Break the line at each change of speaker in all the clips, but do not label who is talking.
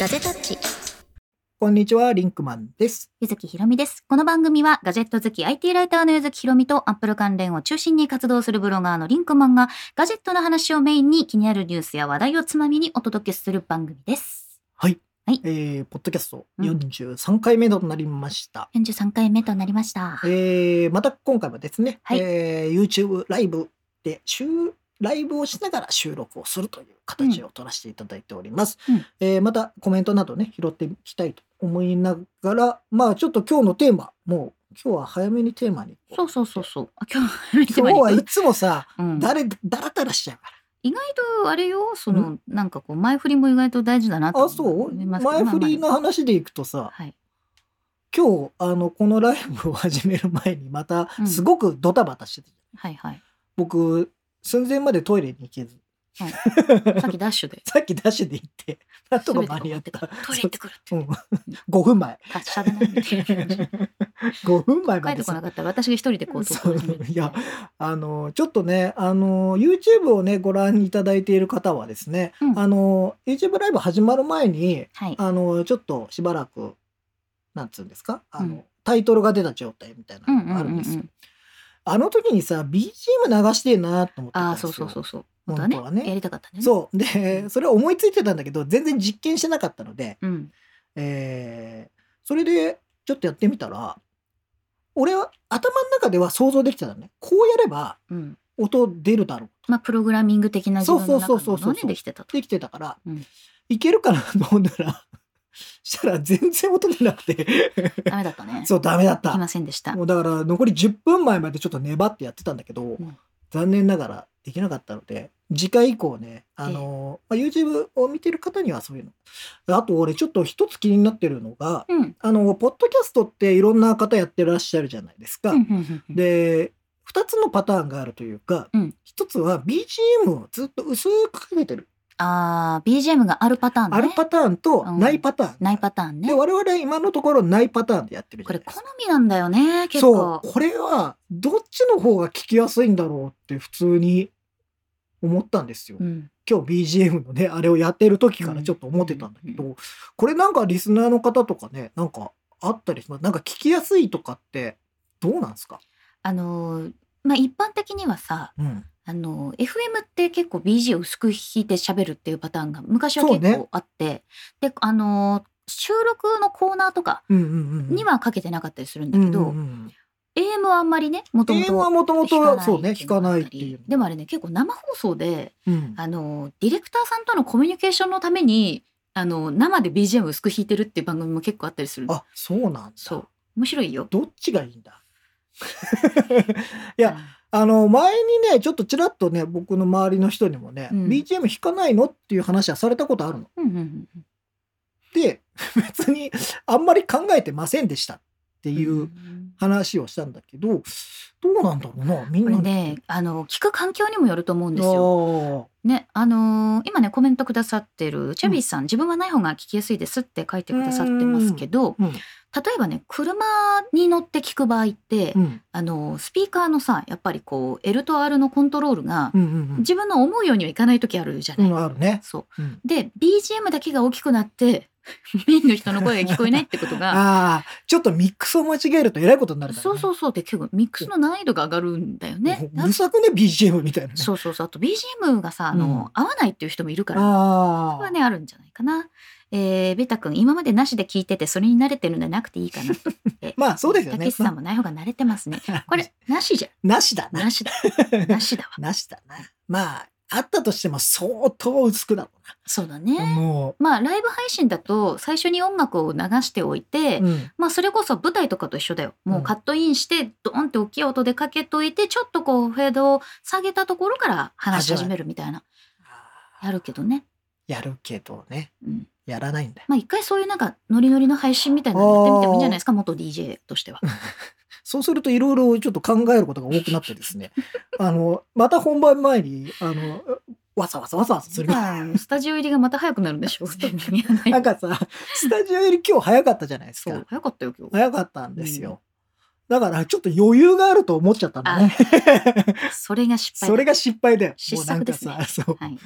ガジェタッチ
こんにちは、リンクマンです。
ゆずきひろみです。この番組はガジェット好き IT ライターのゆずきひろみとアップル関連を中心に活動するブロガーのリンクマンがガジェットの話をメインに気になるニュースや話題をつまみにお届けする番組です。
えー、ポッドキャスト
うん
43回目となりました。
43回目となりました。
えー、また今回はですね、
はい
えー YouTube ライブで収ライブをしながら収録をするという形を取らせていただいております。
うん
えーまたコメントなどね、拾っていきたいと思いながら、まあちょっと今日のテーマ、もう今日は早めにテーマに。
そうそうそうそう。あ今日
今日はいつもさ、
うん
誰、だらだらしちゃうから。
意外とあれよ、そのなんかこう前振りも意外と大事だなと
あ、そう
思いますけど
前振り
ま
の
あま
話でいくと
あ、
さ
はい。
今日あのこのライブを始める前にまた
うん
すごくドタバタしてた、
はい はい。
僕寸前までトイレに行けず、
はいさっきダッシュで。
さっきダッシュで 行ってなんとか間に合った
トイレ行って くるって。
うん、5分 前
達者だなみたいな。
5分前
帰
ま
って
で
こな
さ
かったら私が一人でこう投稿を始め
そう
る
いやあのちょっとねあの YouTube をねご覧いただいている方はですね、
うん
あの YouTube ライブ始まる前に
はい
あのちょっとしばらくなんつうんですかあの、
うん
タイトルが出た状態みたいなのがあるんですよ、あの時にさ BGM 流してえなと思ってた
あ
ん
あ
です
そ
よ
うそうそうそう
本
だ
当
ね
は
や
ね。
りたかったね
そうでそれは思いついてたんだけど全然実験してなかったので、
うん
えーそれでちょっとやってみたら俺は頭の中では想像できてたのねこうやれば
うん
音出るだろう
まあプログラミング的な自分の中
そうそうそう
の
そ
もの
う
ね
そう
できてたと
できてたから、
うん
いけるかなと思ったら したら全然音出なくて
ダメだったね
そうダメだっ
でき
た
ませんでした
もうだから残り10分前までちょっと粘ってやってたんだけど、
ん
残念ながらできなかったので次回以降ねあの、まあ、YouTube を見てる方にはそういうのあと俺ちょっと一つ気になってるのが
うん
あのポッドキャストっていろんな方やってらっしゃるじゃないですか、
うんうんうん
で2つのパターンがあるというか、
うん
一つは BGM をずっと薄くかけてる、
ああ BGM があるパターンね
あるパターンと
うん
ないパターン、
ないパターン
で
ね
我々は今のところないパターンでやってるじ
こ
ゃな
れ
いです
好
か
みなんだよね結
そ
構
うこれはどっちの方が聞きやすいんだろうって普通に思ったんですよ、
うん
今日 BGM のねあれをやってる時からちょっと思ってたんだけど、
うん
これなんかリスナーの方とかねなんかあったりしますなんか聞きやすいとかってどうなんですか、
あのーまあ一般的にはさ
うん、
あの FM って結構 BG を薄く弾いて喋るっていうパターンが昔は結
そうね
構あって、であの収録のコーナーとか
うんうんうんうん
にはかけてなかったりするんだ
う
け
ん
ど、
うんうん、
AM はあんまりねもとも
AM は
と
もともとそうね聞かないっていうの
でもあれね結構生放送で
うん
あのディレクターさんとのコミュニケーションのためにあの生で BGM 薄く弾いてるっていう番組も結構あったりする
あそうなんだ
そう面白いよ。
どっちがいいんだいやあの前にねちょっとちらっとね僕の周りの人にもね、
うん
BGM 弾かないのっていう話はされたことあるの
うんうんうんうん
で 別にあんまり考えてませんでしたっていう、
ん
話をしたんだけど、どうなんだろうな、みん
これ
な。
ねあの聞く環境にもよると思うん
あ
ですよ。
ー
ね、あのー今ねコメントくださってるチャビーさん、自分はない方が聞きやすいですって書いてくださってますけど
うん
例えばね車に乗って聞く場合って、
うん
あのースピーカーのさやっぱりこう L と R のコントロールが
うんうん
自分の思うようにはいかない時あるじゃ
う
ない。
ん、うん、あるね。
そう
うん
で BGM だけが大きくなって メインの人の声が聞こえないってことが。
ああ、ちょっとミックスを間違えるとえらいことになるから、ね。
そうそうそうで結構ミックスの難易度が上がるんだよね。
うるさくね、BGM みたいなね。
そうそうそうあと BGM がさあの、
うん
合わないっていう人もいるから
あ
これは
あ、
ねあるんじゃないかな。えー、ベタ君今までなしで聞いててそれに慣れてるんでなくていいかなと。
ま あそうですよ
た
ね
けしさんもない方が慣れてますね。これなしじゃ
なし だな
な。しだなしだわ。
なしだな。まあ、あったとしても相当薄くだろ
そうだ
うな。
ね。
も
まあライブ配信だと最初に音楽を流しておいて、
う、うん、
まあそれこそ舞台とかと一緒だよ。もうカットインしてドーンって大きい音でかけといてちょっとこうフェードを下げたところから話し始めるみたいなやるけどね。
やるけどね、
うん、
やらないんだよ。
まあ一回そういうなんかノリノリの配信みたいなのやってみてもいいんじゃないですか元 DJ としては。
そうするといろいろちょっと考えることが多くなってで すね、あの、また本番前に、あの、わさわさわさわさする。
うんスタジオ入りがまた早くなるんで しょうね。間に合わない
なんかさ、スタジオより今日早かったじゃないです
そう
か。
早かったよ今日。
早かったんですよ。だからちょっと余裕があると思っちゃったのね。
それが失敗だ。
それが失敗だよ。
失策ですね
もうなんかさ、そう、
はい。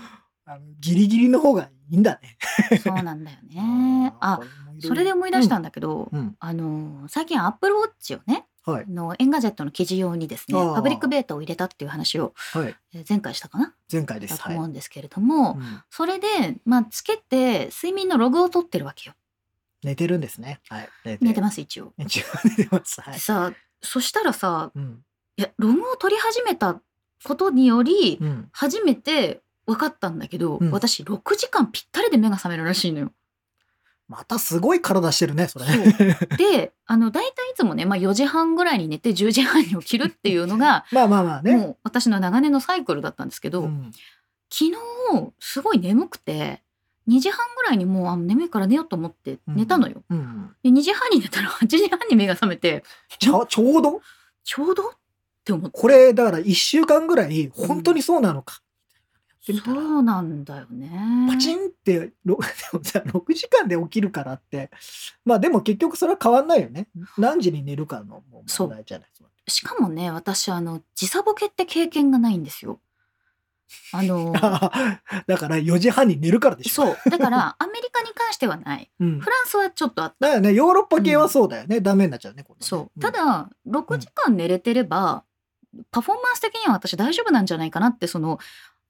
あのギリギリの方がいいんだね。
そうなんだよねあそれで思い出したん
だ。
だけど、
うんうん
あのー最近アップルウォッチをね
はい
のエンガジェットの記事用にですね
あー
パブリックベータを入れたっていう話を
はい
えー前回したかな
前回で
だ
す。
と
はい。
思うんですけれども、
うん
それで、まあ、つけて睡眠のログを取ってるわけよ
寝てるんですね。はい。寝
寝て
ま
ます
す。
一応。
一応寝てます。はい
で。さそしたらさ
うん。
いやログを取り始めたことにより
うん。
初めて分かったんだけど、
うん
私6時間ぴったりで目が覚めるらしいの よ。
またすごい体してるね、それ。
であの大体いつもね、まあ、4時半ぐらいに寝て10時半に起きるっていうのが
まあまあまあ ね。
もう私の長年のサイクルだったんですけど、
うん
昨日すごい眠くて2時半ぐらいにもうあ眠いから寝ようと思って寝たのよ。
うん。
で2時半に寝たら8時半 に目が覚めて
ちょちょうど
ちょうどって思って
これだから1週間ぐらい本当にそうなのか、やって
そ
みたら
うなんだよね。
パチンってろ でもさ6時間で起きるからってまあでも結局それは変わんないよね何時に寝るかのもう問題じゃない
しかもね私あの時差ボケって経験がないんですよ。あ の
だから4時半に寝るからでしょ、
そうだ からアメリカに関してはない
うん、だ
フ
か
ランスはちょっとあ
らねヨーロッパ系はそうだよね、ダメになっちゃうねこれね
そう
うん
ただ6時間寝れてれば、パフォーマンス的には私大丈夫なんじゃないかなってその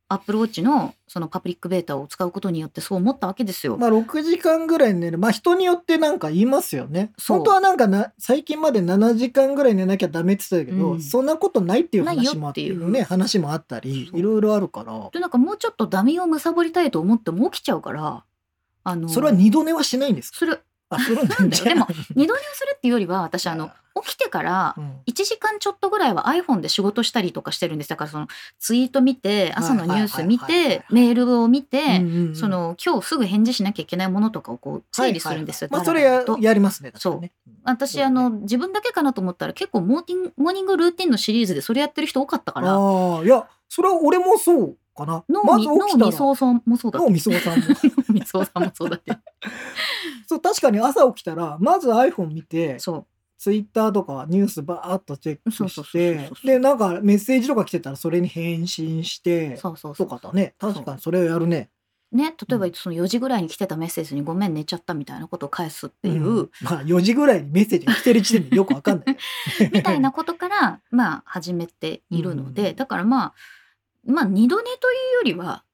アップルウォッチのそのパブリックベータを使うことによってそう思ったわけですよ。
まあ6時間ぐらい寝るまあ人によってなんか言いますよね
そう
本当はなんかな最近まで7時間ぐらい寝なきゃダメって言ってたけど、
うん
そんなことないっていう
ないよ
話もあ
っ
ってて
いう
ね話もあったり
そう
いろいろあるから
でなんかもうちょっとダミを貪りたいと思っても起きちゃうからあの
それは二度寝はしないんですか
それ
あするん
なんだよで も二
度
度寝をするっていうよりは私あの起きてから
うん
1時間ちょっとぐらいは iPhone で仕事したりとかしてるんですだからそのツイート見て朝のニュース見
はいはいは
て
いはい
メールを見て、
うんうんうん
その今日すぐ返事しなきゃいけないものとかをこう整理するんですよ。
はいはい
だらだら
はいまあ
と
それややりますね
そう
確かにねん
私、
そう
あ
だね
の自分だけかなと思ったら結構モーティンモーニングルーティンのシリーズでそれやってる人多かったから
ああいやそれは俺もそうかな
脳
ま
み
ず起きた
脳み
ら
そうそうもそうだ
脳みそさんも
脳みそうさんもそうだって
そう確かに朝起きたらまず iPhone 見て
そう
ツイッターとかニュースバーっとチェック
そうそうそう
し
そう
て
そう
でなんかメッセージとか来てたらそれに返信して
そうそうそ
と
う
かだね確かにそれをやるね
ね例えばその4時ぐらいに来てたメッセージに「ごめん寝ちゃった」みたいなことを返すっていう、
んまあ4時ぐらいにメッセージが来てる時点でよくわかんないけど
みたいなことから、まあ、始めているので、
うん
だからまあ、まあ、二度寝というよりは、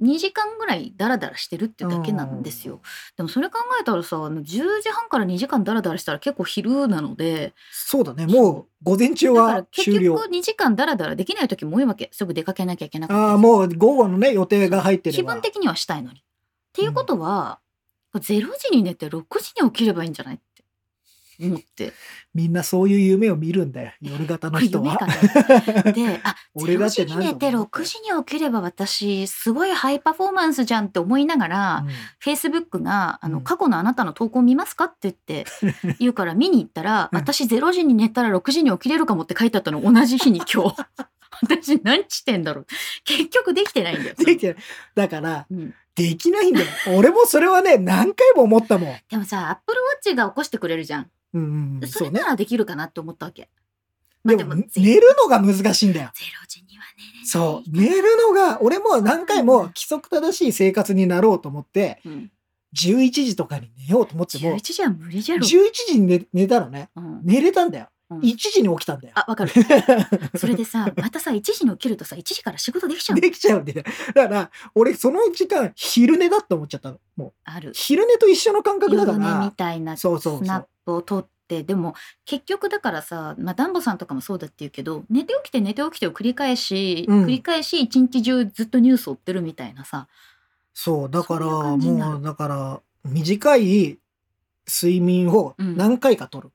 2時間ぐらいダラダラしてるってだけなんです
うん
よ。でもそれ考えたらさ、あの10時半から2時間ダラダラしたら結構昼なので、
そうだねもう午前中
だから
は
結
終了
局2時間ダラダラできない時も多いわけ。すぐ出かけなきゃいけな
あ
か
あ
った
もう午後のね予定が入って
り。
れば
気分的にはしたいのに。っていうことは、0時に寝て6時に起きればいいんじゃないって思って。
みんなそういう夢を見るんだよ夜型の人
夢か
は。
なで、あ、
俺だ
0
って
時に
何度も
寝て6時に起きれば私、すごいハイパフォーマンスじゃんって思いながら、Facebook が、あ
う
の、
ん
過去のあなたの投稿見ますかって言って、言うから見に行ったら、
うん
私0時に寝たら6時に起きれるかもって書いてあったの、同じ日に 今日。私何してんだろう。結局できてないんだよ。
うんできてないだから
うん、
できないんだよ俺もそれはね何回も思ったもん。
でもさ、Apple Watch が起こしてくれるじゃん。
うんうん、
そ
そう
れ
ね
な。らできるかなって思ったわけ。まあ
で
でも、
も
0
寝るのが難しいんだよ。
時には寝れない。
そう寝るのが俺も何回も規則正しい生活になろうと思って
うん。
11時とかに寝ようと思っても
11時は無理じゃろ。
11時に寝寝たらね
うん
寝れたんだよ
うん
1時に起きたんだよ。
あ、わか る。それでさ、またさ、1時に起きるとさ、1時から仕事できちゃうの
できちゃうんだよ。だから俺その時間昼寝だって思っちゃったの。もう
ある。
昼寝と一緒の感覚だか
夜寝み
ら。
たいなス
そうそうそう
ナップを取って、でも結局だからさ、まあ、ダンボさんとかもそうだって言うけど、寝て起きて寝て起きてを繰り返し、
うん
繰り返し一日中ずっとニュース追ってるみたいなさ、
そう、だから、
そういう感じになる
もう、だから、短い睡眠を何回か取る。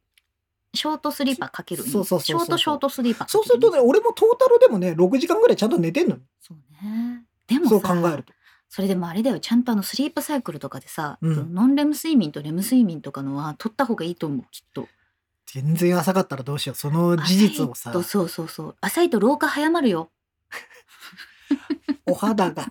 ショートスリーパーかけるに
そうそうそうそう
ショートショートスリーパーかけ
そうするとね、俺もトータルでもね、6時間ぐらいちゃんと寝てんのよ。
そうね。でもさ
そう考えると。
それでもあれだよ、ちゃんとあのスリープサイクルとかでさ、
うん
そのノンレム睡眠とレム睡眠とかのは取った方がいいと思う、きっと。
全然浅かったらどうしよう。その事実をさ
浅いと、そうそうそう。浅いと 老化早まるよ。
お肌が、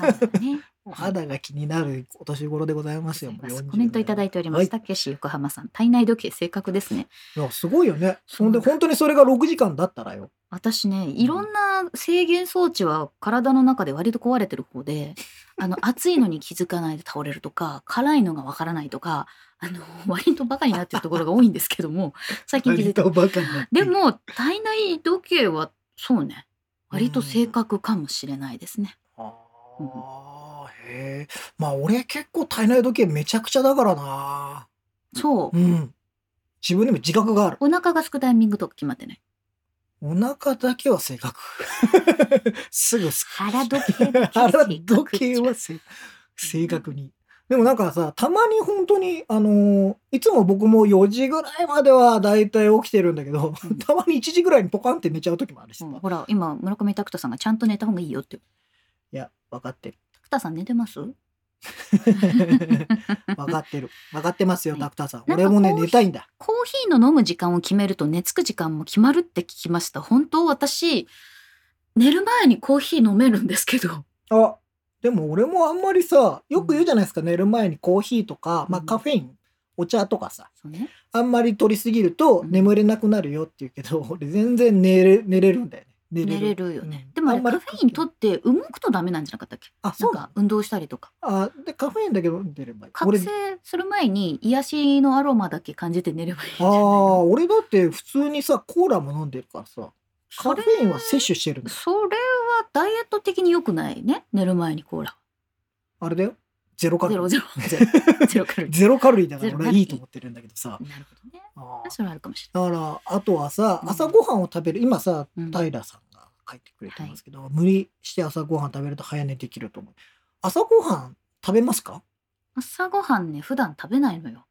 そうだね
お肌が気になるお年頃でございますよ。もう40
コメントいただいておりま
は
す。たけし横浜さん、体内時計正確ですね。
いや、すごいよね。
そ
ほ
うん
で、本当にそれが6時間だったらよ。
私ね、いろんな制限装置は体の中で割と壊れてる方 で、あの、暑いのに気づかないで倒れるとか、辛いのがわからないとか、あの、 割とバカになってるところが多いんですけど も、最近気づい
割
た。
とバカになって
で
る、
も、体内時計は、そうね、割と正確かもしれないですね。
あーへえ。まあ、俺結構体内時計めちゃくちゃだからな。
そう
う。ん。自分でも自覚がある。
お腹が空くタイミングとか決まってない。
お腹だけは正確。 すぐすく。
腹時計だ け
腹
正確
時計 は正正確に。でもなんかさ、たまに本当に、あのーいつも僕も4時ぐらいまではだいたい起きてるんだけど
うん、
たまに1時ぐらいにポカンって寝ちゃう時もあるしさ。
うん
い
ほら、今、村上拓人さんがちゃんと寝た方がいいよって。
や、分か ってる。
拓田さん寝てます
分かってる。分かってますよ、
はい
タクターさん。
なんか
俺もね、
コーヒー
寝たいんだ。
コーヒーの飲む時間を決めると寝つく時間も決まるって聞きました。本当私、寝る前にコーヒー飲めるんですけど。
あでも俺もあんまりさよく言うじゃないですか、寝る前にコーヒーとか、まあ、
うん
カフェイン、お茶とかさ
そうね。
あんまり取りすぎると
うん
眠れなくなるよって言うけど俺全然寝れ寝れるんだよね寝
寝れるよね。
うん
でもあ
あ
れ
んま
カ
り
フェイン取って動くとダメなんじゃなかったっけ
あ
な
そ
ん
う
か
だ
運動したりとか。
あでカフェインだけど出ればいい
覚
俺
醒する前に癒しのアロマだけ感じて寝ればいいんじ
あ
ゃない
ー
の
俺だって普通にさコーラも飲んでるからさ
そ
カ
れ
フェインは摂取してるんだよ
それはダイエット的に良くないね。寝る前にコー ラ。
あれだよゼロカ
ゼ
ロ
ロ
リ
ゼロゼロ。ゼロカロ
ー
リ
ゼロカロリーだか
ゼ
ら
ロ
俺
カロリー
はいいと思ってるんだけどさ
ー。なるほどね。
あー
それはあるかもし
だからあとはさ
うん
朝ごはんを食べる今さ
うん
平さんが書いてくれてますけど、無理して朝ごはん食べると早寝できると思う朝ごはん食べますか
れない。朝ごはんね、普段食べないのよ。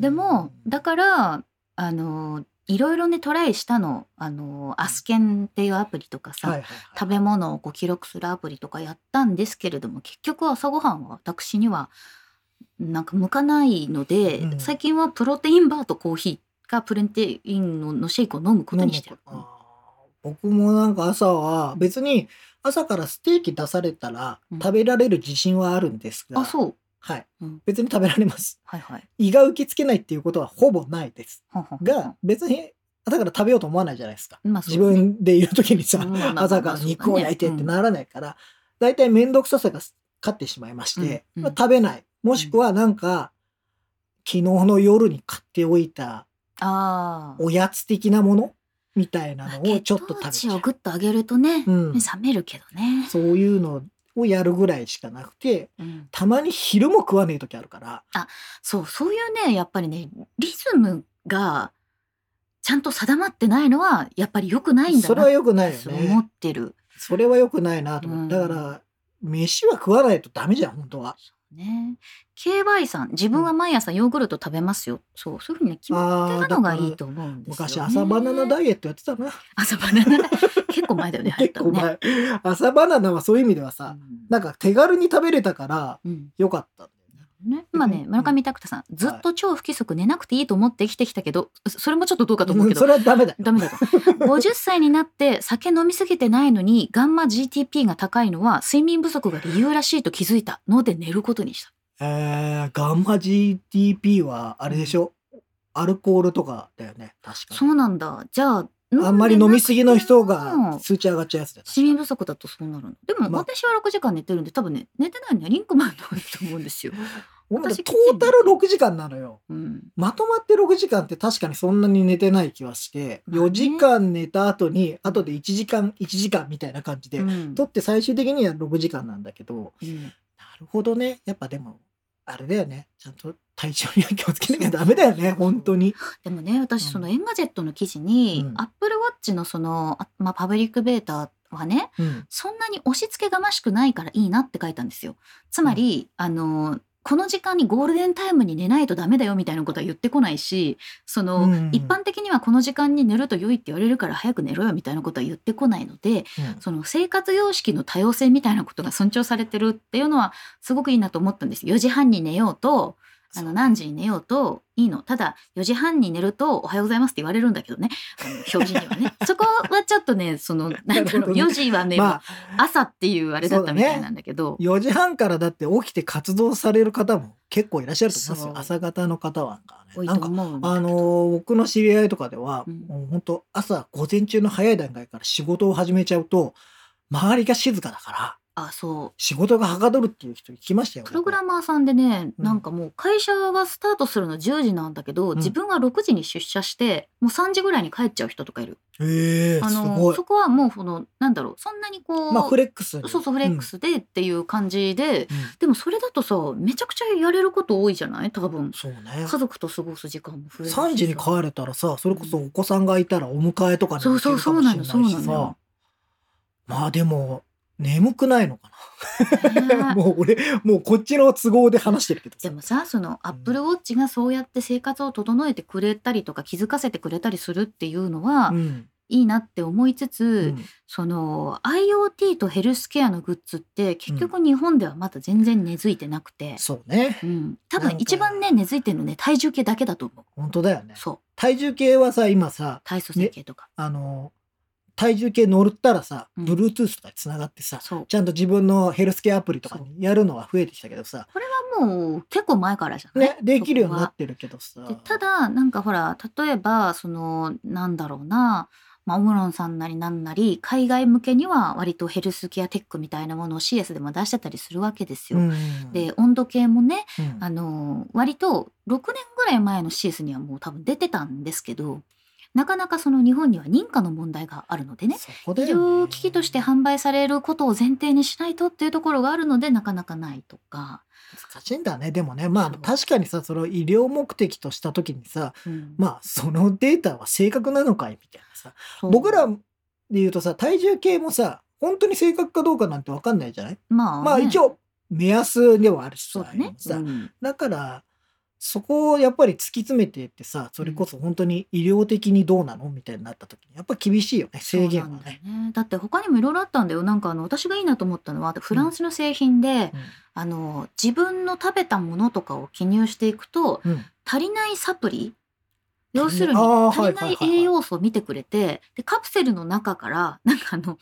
でもだからあのいろいろねトライしたのあのアスケンっていうアプリとかさ、
はいはいはい
食べ物をこう記録するアプリとかやったんですけれども結局朝ごはんは私にはなんか向かないので、
うん
最近はプロテインバーとコーヒーかプロテインのシェイクを飲むことにしてる。
飲むことあー僕もなんか朝は別に朝からステーキ出されたら
うん
食べられる自信はあるんですが、
あそう
はい、
うん
別に食べられます
はいはい。
胃が受け付けないっていうことはほぼないです
ほんほんほん
が別にだから食べようと思わないじゃないですか
まあそう
自分でいる時にさ、
うんまあまあまあ
朝から肉を焼いてってならないから、大体面倒くささが勝ってしまいまして、
うん
まあ食べないもしくはなんか、昨日の夜に買っておいた
あー
おやつ的なものみたいな
まあ
のをちょっと食
血
べち
糖値
ゃ
を
う、
ぐっと上げるとね、
うん
目覚めるけどね。
そういうのをやるぐらいしかなくて
うん
たまに昼も食わねえ時あるから
そう、そういうね、やっぱりね、リズムがちゃんと定まってないのは、やっぱり良くないんだ
それ
なっ
は
て
良くないよ
思
ね
ってる。
それは良くないなと思って、
うん
だから飯は食わないとダメじゃん本当は
ね。KY さん、自分は毎朝ヨーグルト食べますよ。そう、そういうふうにね決まってるのがいいと思うんですよ、ね。
昔朝バナナダイエットやってたな
朝バナナだ。 結構前だよね、入っ た
結
の
構
ね。
前、朝バナナはそういう意味ではさ、
うん
なんか手軽に食べれたから
うん
良かったんだよね。
ね、今ね村上拓太さんずっと超不規則寝なくていいと思って生きてきたけどそそれもちょっとどうかと思うけど
それはダメだよ。
ダ メだと。50歳になって酒飲みすぎてないのにガンマ GTP が高いのは睡眠不足が理由らしいと気づいたので寝ることにした。
えー、ガンマ GTP はあれでしょ、アルコールとかだよね確か
そ
に。
うなんだ。じゃあ、
あんまり飲みすぎの人
うん
が数値上がっちゃうやつだよ。
睡眠不足だとそうなるの。でも、
まあ
私は6時間寝てるんで多分ね、寝てないのはリンクマンの方だと思うん ですよ。
俺も
私
トータル6時間なのよ。
うん。
まとまって6時間って確かにそんなに寝てない気はして、
まあね
4時間寝た後に、後で1時間、1時間みたいな感じで
う、ん
とって最終的には6時間なんだけど、
うん
なるほどね。やっぱでも、あれだよね。ちゃんと体調には気をつけなきゃダメだよね。本当に。
でもね、私、その
う
エンガジェットの記事に、
うん
アップルウォッチのその、あまあ、パブリックベータはね、
うん。
そんなに押し付けがましくないからいいなって書いたんですよ。つまり、あのこの時間にゴールデンタイムに寝ないとダメだよみたいなことは言ってこないしその、
うん
一般的にはこの時間に寝ると良いって言われるから早く寝ろよみたいなことは言ってこないのでその生活様式の多様性みたいなことが尊重されてるっていうのはすごくいいなと思ったんです。4時半に寝ようとあ
そ
の
う
何時に寝ようといいのただ4時半に寝ると「おはようございます」って言われるんだけどねあの表示には ねそこはちょっとねそのなんだ
なる
ろ
ほ
う
どね
4時はね、
まあ
朝っていうあれだったみたいなんだけど
4時半からだって起きて活動される方も結構いらっしゃると思いますよ
そう
朝方の方は
多
ね
い
な
と
んか
思うんだけど
あのー僕の知り合いとかでは、
うん
もう本当朝午前中の早い段階から仕事を始めちゃうと周りが静かだから
あそう
仕事がはかどるっていう人聞きましたよ
プログラマーさんでね、
うん
なんかもう会社はスタートするの10時なんだけど、
ん
自分は6時に出社してもう3時ぐらいに帰っちゃう人とかいる、
僕へえ
あ
す
の
ごい
そこはもうこのなんだろうそんなにこう、
まあフレックスに
そうそうフレック、スでっていう感じで、
うんうん
でもそれだとさめちゃくちゃやれること多いじゃない多分
そうね
家族と過ごす時間も増えるしさ
3時に帰れたらさそれこそお子さんがいたらお迎えとかに
そ
も
う
行け
そう
る
そ
か
う
も
な
し
の
れ
そう
ない
な
し
の
さまあでも眠くないのかな
よ、ね
もう俺もうこっちの都合で話してるけどさ
でもさそのアップルウォッチがそうやって生活を整えてくれたりとか気づかせてくれたりするっていうのは、
うん
いいなって思いつつ、
うん
その IoT とヘルスケアのグッズって結局日本ではまだ全然根付いてなくて、
そうね
うん多
な
分
んか
一番ね根付いてるのね体重計だけだと思う、
本当だよね
そう
体重計はさ今さ
体組成計とか、
あの体重計乗ったらさ、
うん
Bluetooth とかにつながってさ
そう
ちゃんと自分のヘルスケアアプリとかにやるのは増えてきたけどさ、
これはもう結構前からじゃない、
ね、できるようになってるけど
そ
さ
こはでただなんかほら例えばそのなんだろうなまあ、オムロンさんなりなんなり海外向けには割とヘルスケアテックみたいなものを CS でも出してたりするわけですよ。
うん
で温度計もね
うん
あの割と6年ぐらい前のシースにはもう多分出てたんですけどなかなかその日本には認可の問題があるのでね
そこ
医
だよね
療機器として販売されることを前提にしないとっていうところがあるのでなかなかないとか、
難しいんだねでもねまあ
そう
確かにさそれを医療目的とした時にさ
うん
まあそのデータは正確なのかいみたいなさ
そう
僕らで言うとさ体重計もさ本当に正確かどうかなんて分かんないじゃない
まあね、
まあ一応目安ではあるし
そう
さ
だね、
さ
うん
だからそこをやっぱり突き詰めていってさそれこそ本当に医療的にどうなのみたいになった時にやっぱ厳しいよね制限は
そうなんだよ
ね。
ねだって他にもいろいろあったんだよなんかあの私がいいなと思ったのはフランスの製品で、あの自分の食べたものとかを記入していくと
うんうん
足りないサプリ要するに
あー
足
はい
りない
はいはいはい
栄養素を見てくれてでカプセルの中から なんかあの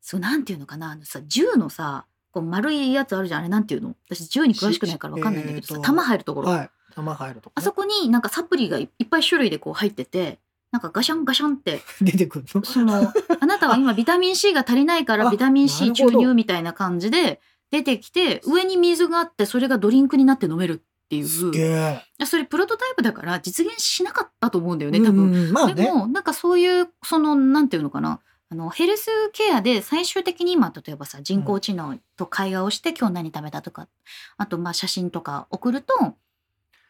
そうなんていうのかなあのさ銃のさこう丸いやつあるじゃんあれなんていうの私銃に詳しくないからわかんないんだけどさ、
しえーと
弾入るところ、
はい玉入ると
あ
かね、
そこになんかサプリがいいっぱい種類でこう入っててなんかガシャンガシャンって
出てくるの
そのあなたは今ビタミン C が足りないから
あ
ビタミン C
なるほ
注
ど
入みたいな感じで出てきて上に水があってそれがドリンクになって飲めるっていう。
すげえ。
いやそれプロトタイプだから実現しなかったと思うんだよね
うん
多分、
うんまあ
で
ね。
もなんかそういうそのなんていうのかなあのヘルスケアで最終的に今例えばさ人工知能と会話をして、今日何食べたとかあとまあ写真とか送ると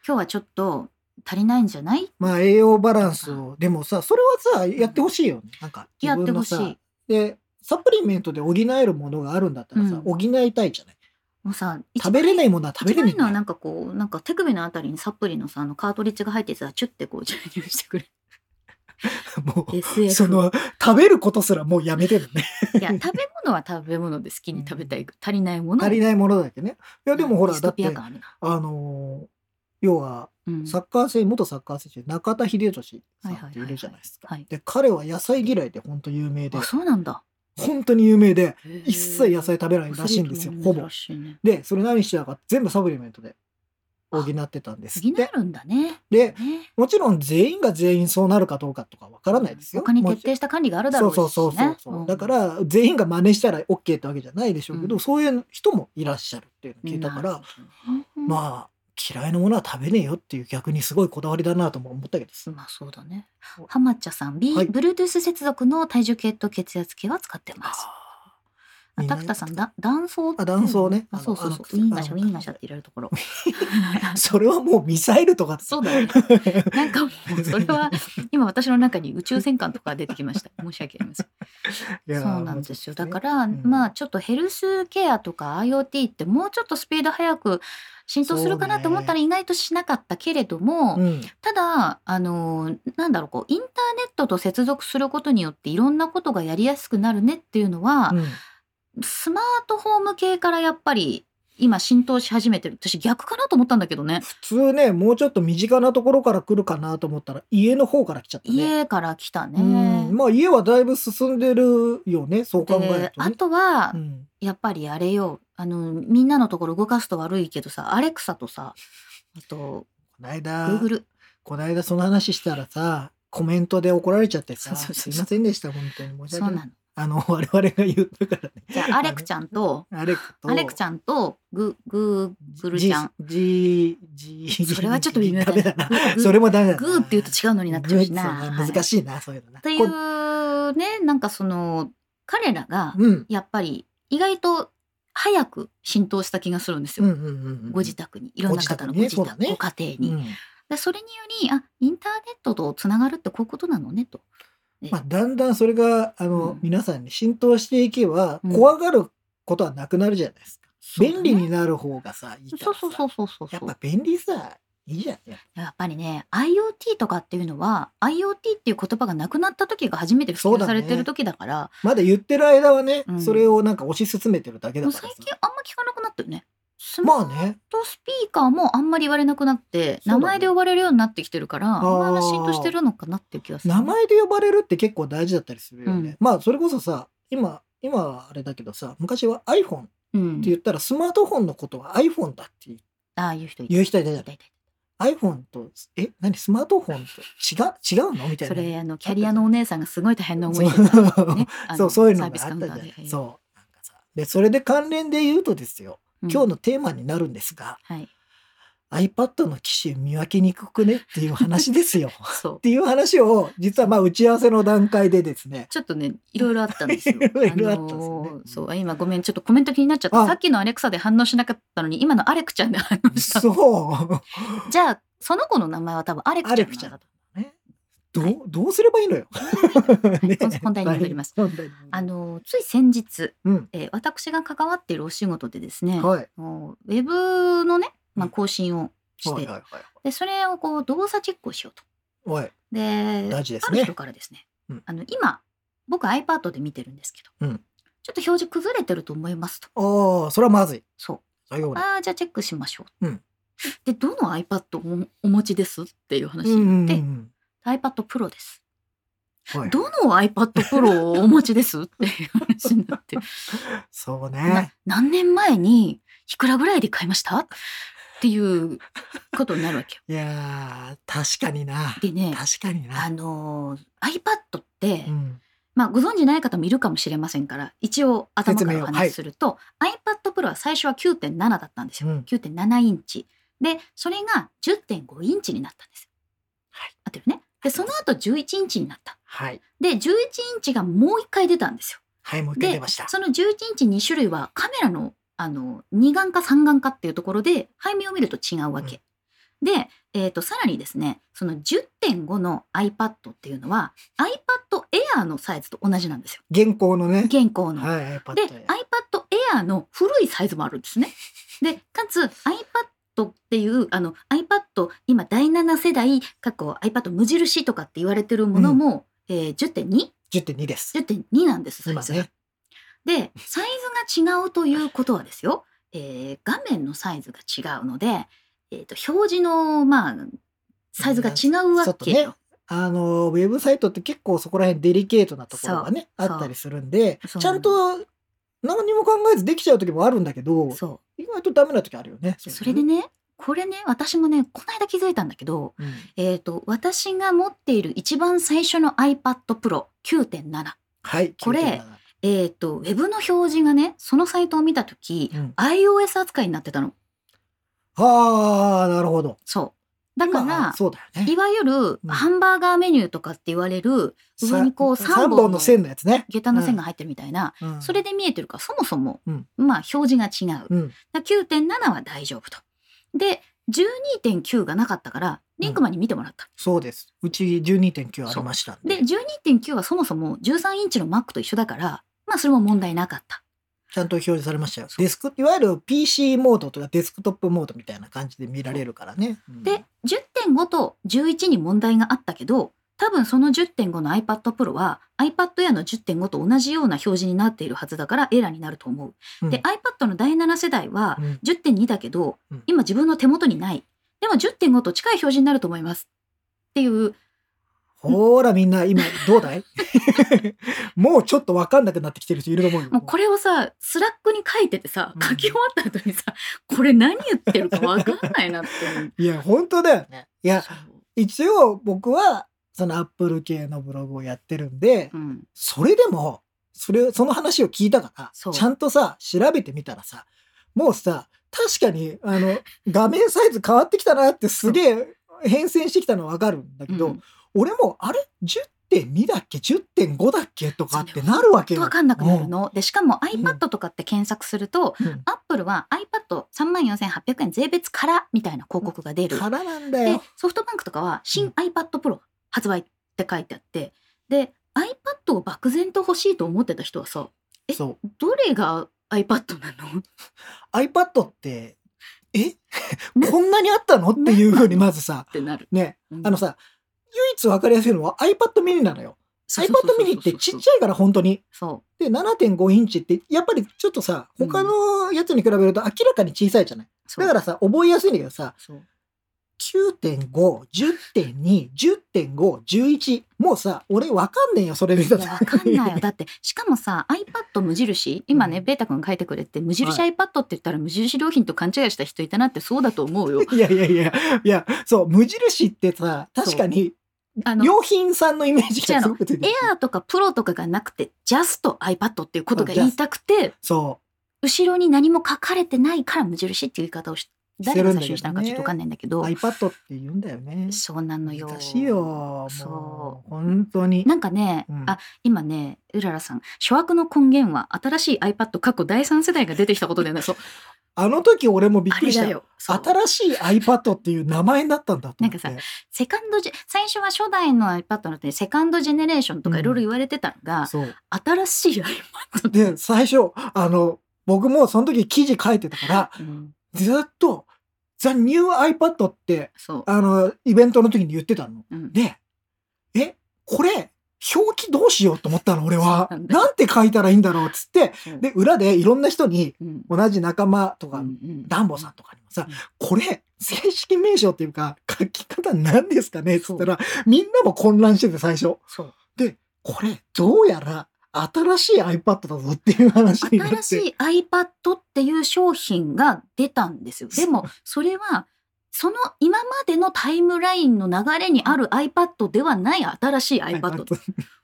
今日はちょっと足りないんじゃない
まあ栄養バランスをでもさそれはさやってほしいよねなんか
やってほし
さ
い。
でサプリメントで補えるものがあるんだったらさ、
う
補いたいじゃない
もうさ
食べれないいものは食べ
一
れ
番
ない
いの
んだ
はな
よ
んかこうなんか手首のあたりにサプリのさあのカートリッジが入ってさチュッてこう注入してくれる
もう
SF
その食べることすらもうやめてるね
いや食べ物は食べ物で好きに食べたい足りないものを
足りないものだけねいやでもほ
ディ
ら
ス
だ
ト
って
ピア感あるな
あのー要は
うん
サッカー選手元サッカー選手中田英寿さんっているじゃないです
は
か
いはいはいはいはい
で彼は野菜嫌いで本当有名で
あそうなんだ
本当に有名で一切野菜食べないらしいんですよほぼ
珍しいね
でそれ何してたか全部サプリメントで補ってたんですっ
次
て
なるんだね
で
ね
もちろん全員が全員そうなるかどうかとかわからないですよ。
他に
も
徹
ちろ
底
ん
した管理があるだ
そ
ろう
う
し、ね、
そうそうそうそう、
ん
だから全員が真似したら OK ってわけじゃないでしょうけ
う
ど、
ん
そういう人もいらっしゃるっていうのを聞いたから、
なるほどねうん
まあ嫌いなものは食べねえよっていう逆にすごいこだわりだなとも思ったけどさ
まあそうだね
お
ハマチャさん B、
はい
Bluetooth 接続の体重計と血圧計は使ってます
あ
あ
ー
タクタさんだ断層
あ断層ね
あ
あの
そうそうそう
あ
ウ
の
ィンガシャウ
あの
ィンガシャって入れると ころ
それはもうミサイルとか
そうだねなんかもうそれは今私の中に宇宙戦艦とか出てきました 申し訳ありません
いやー
そうなんですよ。だ
ね
から、
ん
まあちょっとヘルスケアとか IoT ってもうちょっとスピード早く浸透するかなと思ったら意外としなかったけれども、
うん
ただあのーなんだろうこうインターネットと接続することによっていろんなことがやりやすくなるねっていうのは、
うん
スマートホーム系からやっぱり今浸透し始めてる私逆かなと思ったんだけどね
普通ねもうちょっと身近なところから来るかなと思ったら家の方から来ちゃったね。
家から来た
うん
ね。
まあ家はだいぶ進んでるよねそう考える
で
と
あ
ね。
とは
うん
やっぱりあれよあのみんなのところ動かすと悪いけどさアレクサとさあと
この間
Google
この間その話したらさコメントで怒られちゃってさ
そうそう
す
そう
いませんでした本当に申
そ
し
う
訳ない
なの
あの我々が言ったからね
じゃあアレクちゃんと
アレクと
アレクちゃんとググーグルちゃん
G G
それはちょっと微妙
ダ
だ
メ
ね
だな
グーグー
それもダメだな
グーって言うと違うのになっちゃうしな。
グーって難
い
しいなそういうのな
とい
こ
うねなんかその彼らが
ううん
やっぱり意外と早く浸透した気がするんです
うん
よ、
うんうんうん
ご自宅にいろんな方のご
ご
自
自
宅
宅ね
ご家庭
う
に。
ん
でそれによりあインターネットとつながるってこういうことなのねと。
まあだんだんそれがあの、
うん
皆さんに浸透していけば
うん
怖がることはなくなるじゃないですか、
そうだ
便
ね
利になる方がさいいから
そ
さ
うそうそうそうそう
やっ
そう
ぱ便利さいいじゃんね
やっぱりね IoT とかっていうのは IoT っていう言葉がなくなった時が初めて普
そうだ
及さ
ね
れてる時だから
まだ言ってる間はね、
うん
それをなんか推し進めてるだけ
も
だ
う
から
最
さ
近あんま聞かなくなったよね。スマ
ま
ー
あね
トスピーカーもあんまり言われなくなって、
そうだね
名前で呼ばれるようになってきてるから
ー
まあまあ浸透してるのかなっていう気がする。
名前で呼ばれるって結構大事だったりするよね、
うん
まあそれこそさ今今はあれだけどさ昔は iPhone って
うん、
言ったらスマートフォンのことは iPhone だって
ああいう人いた
言う人いたじゃ
い
ん
たいた
iPhone とえ何スマートフォンと違う違うのみたい
そ
な
れあのキャリアのお姉さんがすごい大変な思いを
そう
したねあ
そうそういうのがあっ
サービスカ
たじゃ
ウンタ
な
ーで
いそうなんかさでそれで関連で言うとですよ、
うん
今日のテーマになるんですが
はい
iPad の機種見分けにくくねっていう話ですよ っ
そう
ていう話を実はまあ打ち合わせの段階でで すね
ちょっとねいろいろあったんです よ
いろいろあったんですよね
あのーそう今ごめんちょっとコメント気になっちゃった
あ
さっきのアレクサで反応しなかったのに今のアレクちゃん で反応した
そう
じゃあその子の名前は多分アレクちゃんなんだと
アレねどうどうすればい いのよ。ね
本本題に戻ります。
はい本題に戻ります
あのーつい先日、
うん
えー私が関わっているお仕事でですね、
はい
あのーウェブのね、まあ、
うん
更新をして、
はいはいはい
でそれをこう動作チェックをしようと。
はい。
で
大事です
あ
ね
る人からですね、
うん
あの今僕 iPad で見てるんですけど、
うん
ちょっと表示崩れてると思いますと
おお、それはまずい。
そう
そういうことね
ああじゃあチェックしましょう、
うん
でどの iPad をおお持ちですっていう話
う
に
んうん
なって、
うん。
iPad Pro です
はい。
どの iPad Pro をお持ちですっていう話にな って
そう
な
ね。
何年前にいくらぐらいで買いましたっていうことになるわけよ
いやー、確かにな。
でね
確かに
あ
な。
のー iPad って、
うん。
まあ、ご存じない方もいるかもしれませんから一応頭か
説明
ら
を
お
は
話
い
しすると、iPad Pro は最初は9.7だったんですよ、
うん
9.7インチでそれが10.5インチになったんですよ、
はい
合ってるねでその後11インチになった
はい。
で11インチがもう1回出たんですよ
はい、もう一回
で
出ました。
その11インチ2種類はカメラのあの2眼か3眼かっていうところで背面を見ると違うわけ、で、えー、とさらにですねその10.5の iPad っていうのは iPad Air のサイズと同じなんですよ
現行のね。
現行の。
はい、iPad
で
や
iPad Air の古いサイズもあるんですね。でかつ iPad っていうあの iPad 今第7世代過去 iPad 無印とかって言われてるものも、えー、10.2?10.2
10.2です。
なんですサイ
今
ズ、
ね。
でサイズが違うということはですよ、えー画面のサイズが違うので、えー、と表示のまあサイズが違うわ
ちょっと
けよ。
ねあのウェブサイトって結構そこら辺デリケートなところがねあ
そう
ったりするんで
そう
ちゃんと何にも考えずできちゃう時もあるんだけど
そう
意外とダメな時あるよね。
それでねこれね私もねこの間気づいたんだけど、
うん、
えー、と私が持っている一番最初の iPad Pro9.7、
はい。
これ
9.7
えー、とウェブの表示がねそのサイトを見た時、
うん
iOS 扱いになってたの
ああ、なるほど。
そうだか
まあ
ら、
そうだよね
い。わゆる
ん
ハンバーガーメニューとかって言われる上にこう
さ
3本
三
の
本の線のやつね。
下駄の線が入ってるみたいな、
うん
それ、で見えてるからそもそも、
うん
まあ表示が違う、
うん、
だから9.7は大丈夫とで12.9がなかったからリンクマンに見てもらった、
そうです。うち12.9ありましたん
で
で。
12.9はそもそも13インチの Mac と一緒だからまあそれも問題なかった
ちゃんと表示されましたよ。デスク、いわゆる PC モードとかデスクトップモードみたいな感じで見られるからね。うん
で10.5と11に問題があったけど多分その10.5の iPad Pro は iPad Air の10.5と同じような表示になっているはずだからエラーになると思う。で
うん
iPad の第7世代は
うん
10.2だけど
うん
今自分の手元にない。でも10.5と近い表示になると思います。っていう
ほーらみんな今どうだい もうちょっと分かんなくなってきてる人いると思うよ。
もうこれをさスラックに書いててさ
うん
書き終わった後にさこれ何言ってるか分かんないなって思う
いや本当だよね。いや
そう
一応僕はそのアップル系のブログをやってるんで、
うん
それでもそれその話を聞いたから
そう
ちゃんとさ調べてみたらさもうさ確かにあ の画面サイズ変わってきたなってすげえ変遷してきたのは分かるんだけど、
うん
俺もあれ10.2だっけ10.5だっけとかってなるわけ
分
よ。
かんなくなる
の。
の。でしかも iPad とかって検索すると、
うん
アップルは iPad34,800 円税別からみたいな広告が出る。
からなんだ
で
よ。、
ソフトバンクとかは新 iPad Pro 発売って書いてあって、で、iPad を漠然と欲しいと思ってた人はさ、え
そう
どれが iPad なの
iPad ってえ こんなにあったのっていうふうにまずさ
ってなる。
ね
うん
あの、さ唯一分かりやすいのは iPad mini なのよ iPad mini ってちっち
ゃい。
ゃいから本当に
そ
で7.5インチってやっぱりちょっとさ
うん
他のやつに比べると明らかに小さいじゃない、
う。、
だかららさ覚えやすいんだけどさ
そう
9.510.210.511もうさ俺分かんねえよそれ見た
いや
ら
わかんないよ。だって、しかもさ、iPad 無印、今ね、
うん
ベータ君書いてくれて、無印 iPad って言ったら無印良品と勘違いした人いたなってそうだと思うよ。
いやいやいやいやそう無印ってさ確かに
あの、
良品さんのイメージがすごく出て
エ
る
アーとかプロとかがなくて、ジャスト iPad っていうことが言いたくて、
そ
後ろに何も書かれてないから無印っていう言い方をし、誰が最初にしたのかちょっとわかんないんだけ
う
ど、
iPad って言うんだよね
そうなのよ。
難しいよもう
そう
本当に
なんかね、
うん
あ、今ね、うららさん、諸悪の根源は新しい iPad 過去第三世代が出てきたことだよね。そう。
あの時俺もびっ
あ
く
れ
りし
だ
た
よ。そう
新しい iPad っていう名前になったんだと思って
なんセカンドジェ、最初は初代の iPad のってセカンドジェネレーションとかいろいろ言われてたのが、
そう
新しい iPad って。
で最初あの僕もその時記事書いてたから
うん、
ずっと「The New iPad」って
そう。
あのイベントの時に言ってたの
うん
でえこれ表記どうしようと思ったの俺は
そうなんだ
なんて書いたらいいんだろうっつって
そう
で裏でいろんな人に
うん
同じ仲間とか、
うんうん
ダンボさんとかにもさ、
うん
これ正式名称っていうか書き方なんですかねっつったらみんなも混乱してて最初
そう
これどうやら新しい iPad だぞっていう話になっ
新
て
しい iPad っていう商品が出たんですよでもそれはその今までのタイムラインの流れにある iPad ではない新しい iPad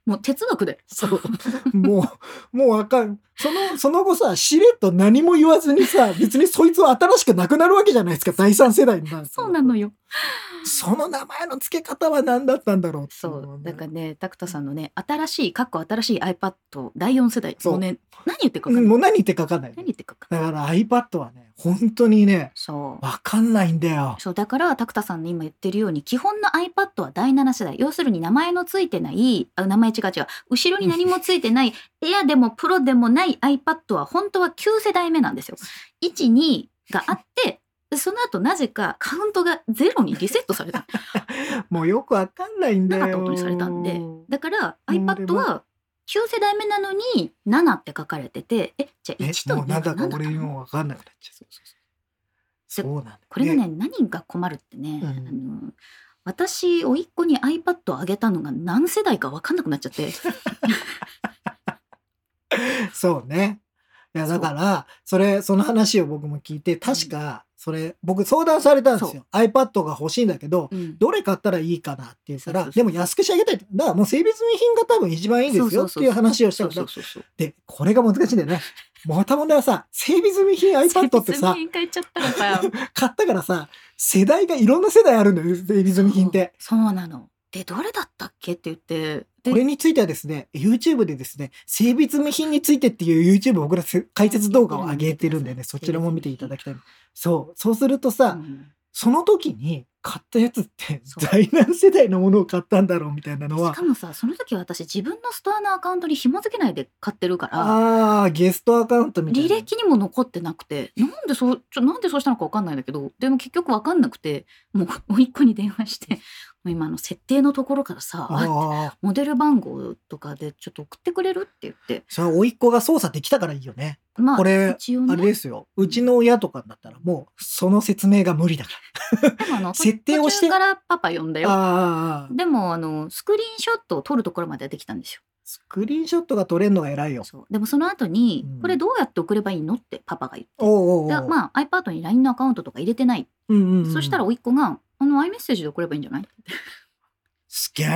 もう哲学で
そう もうもうあかんそのその後さしれっと何も言わずにさ別にそいつは新しくなくなるわけじゃないですか第三世代になると
そうなのよ
その名前の付け方は何だったんだろうっていのは
そうだ
ね
からねタクタさんのね新しいかっこ新しい iPad 第4世代
そう
もうね何言ってるか分かんない
うんもう何言って書かんない
何言ってるか分かんない
だから iPad はね本当にね
そう
わかんないん だよ。
そうだからタクタさんの今言ってるように基本の iPad は第7世代要するに名前のついてないあ名前違う違う後ろに何もついて ない Air でも Pro でもない iPad は本当は9世代目なん ですよ。12があってその後なぜかカウントがゼロにリセットされた
もうよくわかんないんだ
な
よ。
かったことにされたんでだから
うんで
iPad
も
は9世代目なのに7って書かれててえじゃあ
え、
1
も
と
うなん
2
だ
が
か
何だっ
俺
たの
もわかんなくなっちゃう。そうなんだよ。
これがね何が困るってね、
うん
あの私甥っ子に iPad をあげたのが何世代か分かんなくなっちゃ って
そうね。いや、だから、それ、その話を僕も聞いて、確か、それ、僕相談されたんです
そ
よ。iPad が欲しいんだけど、
うん
どれ買ったらいいかなって言った
そうそ
ら、
うそう
でも安くしてあげたいと。だからもう整備済み品が多分一番いいんですよっていう話をした
そ
ん
う
だ
そうそうそう
で、これが難しいんだよね。また問題はさ、整備済み品 iPad ってさ、
変えちゃったら さ
買ったからさ、世代がいろんな世代あるんだよ、整備済み品って。
そうそうなのでどれだったっけって言ってで
これについてはですね、YouTube でですね、性別未品についてっていう YouTube 僕らせ解説動画を上げてるんでね、そちらも見ていただきたい。そう、そうするとさ、
うん
その時に買ったやつって
そう
在南世代のものを買ったんだろうみたいなの
し
は
かもさその時私自分のストアのアカウントに紐付けないで買ってるから
ああーゲストアカウントみたい
履
な
歴にも残ってなくてなんでそうちょなんでそうしたのか分かんないんだけどでも結局分かんなくてもう甥っ子に電話してもう今あの設定のところからさあ
ああ
モデル番号とかでちょっと送ってくれるって言って
それは甥っ子が操作できたからいいよね
まあ
これ
一応
あれで
ね
すようちの親とかだったらもうその説明が無理だか
でもあの
設定をし
途
て
中からパパ呼んだ
ら
よ
ああ
でもあのスクリーンショットを撮るところまではできたんですよ
スクリーンショットが撮れるのが偉いよ
そうでもその後に、
うん
これどうやって送ればいいのってパパが言って
おうおうおう
だまあ iPad に LINE のアカウントとか入れてない、
うんうんうん
そしたら甥っ子が「あの iMessage で送ればいいんじゃない?」って
すげえ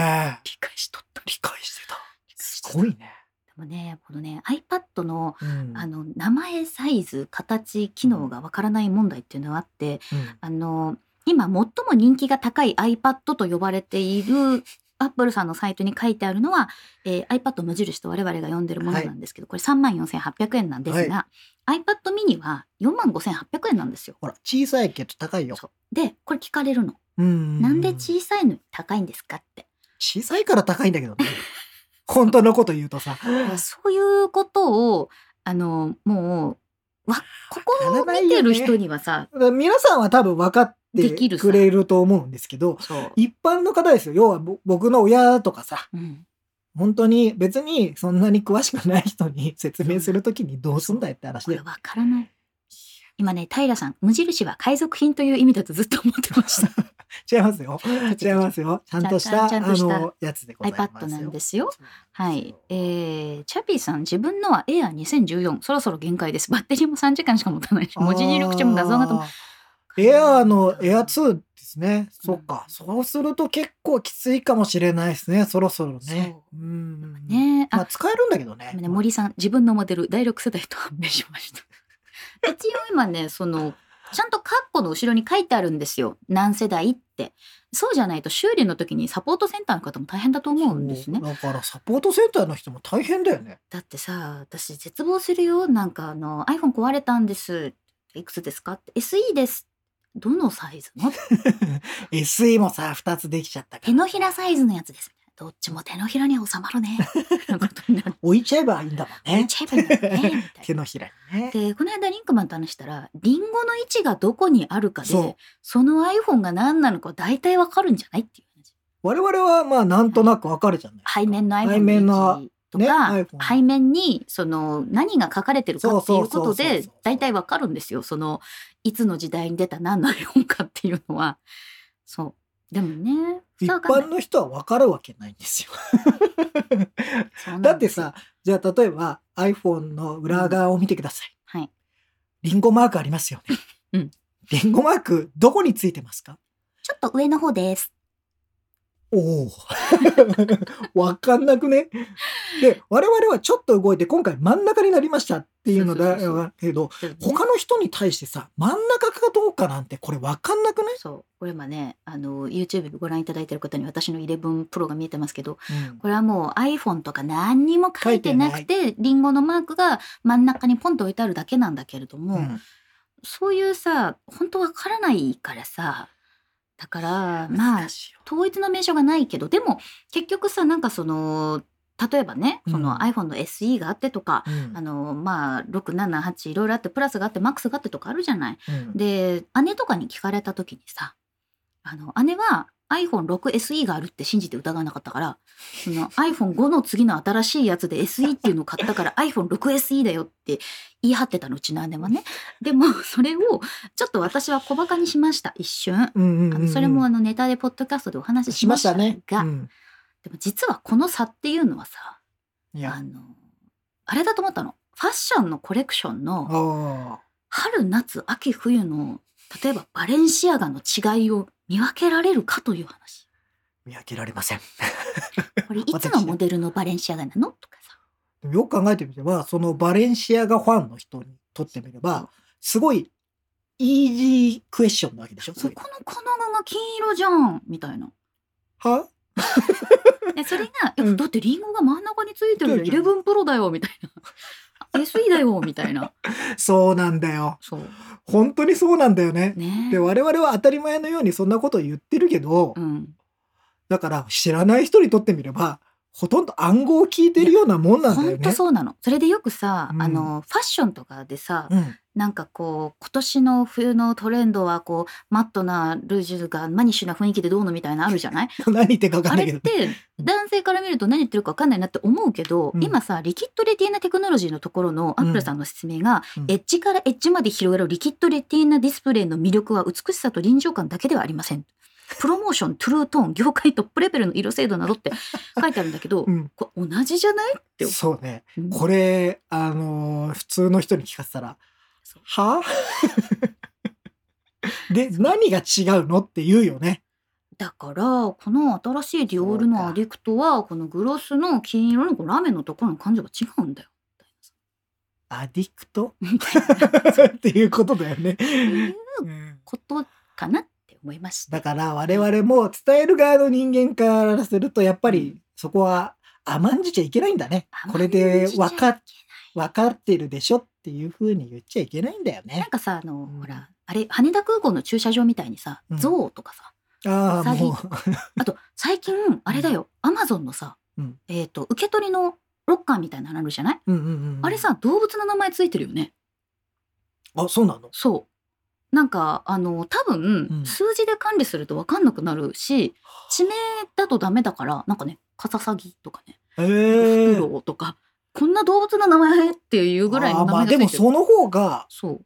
理解しとった
理解してた
理解し
す
とった
ごいね、
でもねこのね iPad の
うん
あの名前サイズ形機能がわからない問題っていうのがあって
うん
あの今最も人気が高い iPad と呼ばれている アップルさんのサイトに書いてあるのは、えー iPad 無印と我々が呼んでるものなんですけど、これ3万4800円なんですが、iPad mini は4万5800円なんですよ。
ほら小さいけど高いよ
そうでこれ聞かれるの。
うん
なんで小さいのに高いんですかって。
小さいから高いんだけどね 本当のこと言うとさ
そういうことを、あの、もう、わ、ここを
わからないよね
見てる人にはさ、
皆さんは多分分かっ
でき
て
るさ
くれると思うんですけど
そう。
一般の方ですよ要はぼ僕の親とかさ
うん、
本当に別にそんなに詳しくない人に 説明するときにどうすんだよって話
こ
で
れわからない。今ね、平さん、無印は海賊品という意味だとずっと思ってました。
違いますよ違いますよちゃんとした
ちゃんとした
あのやつでございます
iPad なんですよ。
そう
は
なんです
い
よ。
えー、チャピーさん、自分のは Air2014、そろそろ限界です。バッテリーも3時間しか持たないし、文字入力中も画像がとも。
あーエアーのエア2ですね。そっか。そうすると結構きついかもしれないですね。そろそろね。
そう
うん。
ね
まあ
あ、
使えるんだけどね
でも。ね森さん自分のモデル第6世代と判明しま した一応今ねそのちゃんとカッコの後ろに書いてあるんですよ何世代ってそうじゃないと修理の時にサポートセンターの方も大変だと思うんですね
そうだからサポートセンターの人も大変だよね。
だってさ私絶望するよなんかあの iPhone 壊れたんですいくつですかって SE ですどのサイズの
SE もさ、2つできちゃったか
手
ら。
のひらサイズのやつですどっちも手のひらに収まる ねなんかことになっ
置いちゃえばいいんだもんね。
ちゃえばいいんだもんねみたいな
手のひらにね。
でこの間リンクマンと話したらリンゴの位置がどこにあるかで
そう
その iPhone が何なのか大体わかるんじゃないっていう話
我々はまあなんとなくわかるじゃない。
背面の iPhone
背面の
の位置とか、
ね iPhone
背面にその何が書かれてるかっていうこと
そうそうそうそう
で
そう
大体わかるんですよそのいつの時代に出た何の iPhone かっていうのはそうでもね
一
蓋は開か
般
ない
の人はわかるわけないんですよ。
そうな
だ
ん
っ
で
て
すよ
さじゃあ例えば iPhone の裏側を見てください、
はい
リンゴマークありますよね、
うん
リンゴマークどこについてますか
ちょっと上の方です
おお わかんなくねで我々はちょっと動いて今回真ん中になりましたっていうの
そうそうそうそ
だけど他の人に対してさ真ん中かどうかなんてこれわかんなくね、
そうこれ今ねあの YouTube ご覧いただいてる方に私の11プロが見えてますけどこれはもう iPhone とか何にも書いてなくてリンゴのマークが真ん中にポンと置いてあるだけなんだけれども、
うん
そういうさ本当わからないからさだからまあ
難しいよ
統一の名称がないけどでも結局さなんかその例えばねその
うん
iPhone の SE があってとか、
うん
あのまあ678いろいろあってプラスがあってマックスがあってとかあるじゃない。
うん
で姉とかに聞かれた時にさあの姉は iPhone6SE があるって信じて疑わなかったからその iPhone5 の次の新しいやつで SE っていうのを買ったから iPhone6SE だよって言い張ってたのうちの姉はねでもそれをちょっと私は小バカにしました一瞬
うんうん
あ
うん
の
うん
それもあのネタでポッドキャストでお話しし
し
ま
ま
し
したた
が
ね、うん
でも実はこの差っていうのはさ
い
あ
や
のあれだと思ったのファッションのコレクションの
あ
春夏秋冬の例えばバレンシアガの違いを見分けられるかという 話
ー見分けられません
これいつのモデルのバレンシアガなのとかさ
でもよく考えてみればそのバレンシアがファンの人にとってみればすごいイージークエスチョンなわけでしょそ
そ
れ
この金具が金色じゃんみたいな
は
でそれが、
うん
いやだってリンゴが真ん中についてるよ
ついてる
11プロだよみたいな SE だよみたいな。
そうなんだよ。
そう。
本当にそうなんだよね。
ね。
で、我々は当たり前のようにそんなことを言ってるけど、
うん。
だから知らない人にとってみれば、ほとんど暗号を聞いてるようなもんなんだよ
本当
ね。
そうなの。それでよくさ、
うん
あのファッションとかでさ、
うん、
なんかこう今年の冬のトレンドはこうマットなルージュがマニッシュな雰囲気でどうのみたいなのあるじゃない？
何言ってるか分か
あ
んな
れ
いけど
っ。て男性から見ると何言ってるか分かんないなって思うけど、
うん
今さリキッドレティーナテクノロジーのところのアップルさんの説明が、
うん
エッジからエッジまで広がるリキッドレティーナディスプレイの魅力は美しさと臨場感だけではありません。プロモーション、トゥルートーン、業界トップレベルの色精度などって書いてあるんだけど、
うん、
これ同じじゃないって思
そうね。
う。
これ、あのー普通の人に聞かせたら
そう、
は で、何が違うのって言うよね。
だからこの新しいディオールのアディクトはこのグロスの金色のこのラメのところの感じが違うんだよ。
アディクト
みたいな
っていうことだよね。
いう
うん
ことかなって思いました。
だから我々も伝える側の人間からするとやっぱりそこは甘んじちゃいけないんだね。これで分か分かってるでしょっていうふうに言っちゃいけないんだよ
なん
ね。
かさあの、
うん
ほらあれ羽田空港の駐車場みたいにさ
うん
象とかさ、
ああ
詐欺
もう
あと最近あれだよアマゾンのさ、
うん
えっ、と受け取りのロッカーみたいなのあるじゃない、
うんうんうん
あれさ動物の名前ついてるよね
あそうなの
そうなんかあの多分、
うん
数字で管理すると分かんなくなるし地名だとダメだからなんかねカササギとかね
へ
フ
え
クロウとかこんな動物の名前っていうぐらい
あ
の
ー
名
まあ
前
で
が
も
ついてる、
その方が
そう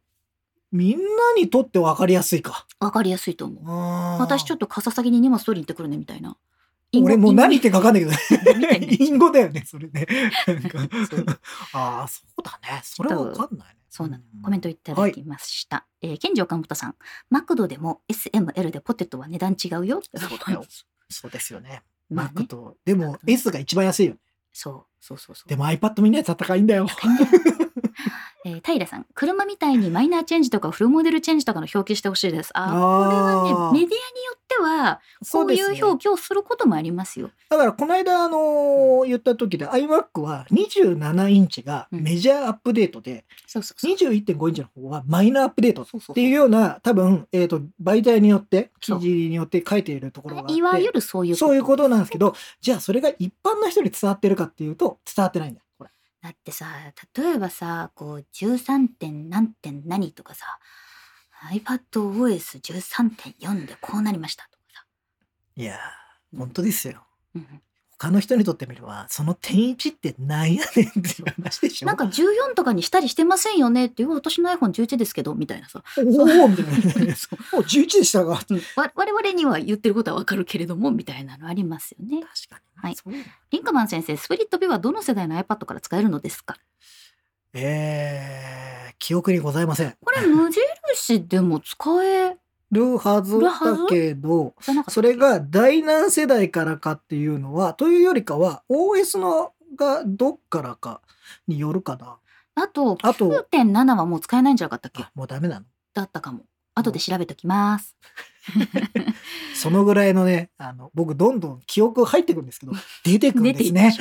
みんなにとって分かりやすいか。
分かりやすいと思う私
私
ちょっとカササギに荷物取りに行ってくるねみたいな。
俺もう何言ってか分かんないけど
みたいな
隠語だよねそれね。なんか
そう
ああそうだねそれは分かんないね。
そうなの。コメントいただきました。えー、健二岡本さん、マクドでも SML でポテトは値段違うよ。
そうだよ。そうですよね。
まあ
マ
ね
ックと。で
マ
も
ック
S が一番安いよ。
そうそうそうそう。
でも iPad みんなやつ高いんだよ。
えー、平さん、車みたいにマイナーチェンジとかフルモデルチェンジとかの表記してほしいです。あ
あ
ー、
ー
これはね、メディアによってはこういう
ね
表記をすることもありますよ。
だからこの間あのー言った時で iMac は27インチがメジャーアップデートで、
そうそうそう。
21.5インチの方はマイナーアップデートっ
そうそう
ていうような多分、えー、と媒体によって記事によって書いているところがあって
いわゆるそういう
そういうことなんですけどじゃあそれが一般の人に伝わってるかっていうと伝わってないんだ。これ
だってさ例えばさこう13点何点何とかさ iPadOS13.4 でこうなりましたとかさ、
いやー本当ですよ。
うん
他の人にとってみればその点1ってなんやねんっていう話でしょ。
なんか14とかにしたりしてませんよねっていう私の iPhone11 ですけどみたいなさ
お おみたいなね。
そう
もう11でしたが。
うんわ我々には言ってることはわかるけれどもみたいなのありますよね。
確かに。
はい
そうだ
リンクマン先生スプリットビューはどの世代の iPad から使えるのですか
えー、記憶にございません。
これ無印でも使え
るはずだけど、
じゃなかったっけ
それが第何世代からかっていうのは、というよりかは、OS のがどっからかによるかな。
あと
あと
9.7はもう使えないんじゃなかったっけ
あ、もうダメなの。
だったかも後で調べときます。
そのぐらいのね、あの、僕どんどん記憶入ってくるんですけど、出てくるんです
出
ね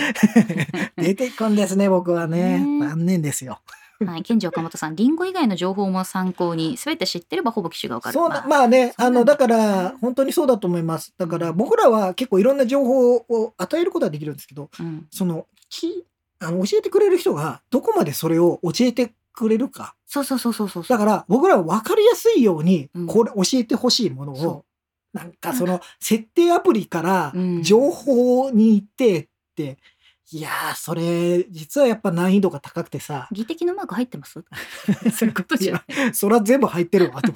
て。
出てくるんですね、僕はね。
ね
残念ですよ。
はい、健二岡本さん、リンゴ以外の情報も参考に、すべて知ってればほぼ機種がわかる。
そう
ま
な
あ
まあね、
そう
あ
なん
の、
だ
だから、本当にそうだと思います。だから、僕らは結構いろんな情報を与えることはできるんですけど、
うん、
その、きあの教えてくれる人が、どこまでそれを教えてくれるか。
そうそうそうそうそう。
だから、僕らは分かりやすいように
うん、
これ、教えてほしいもの
そ
を、なんかその、設定アプリから
うん、
情報に行ってって、いやー、それ、実はやっぱ難易度が高くてさ、
技的のマーク入ってます そういうことじゃない。
そら全部入ってる わ、と。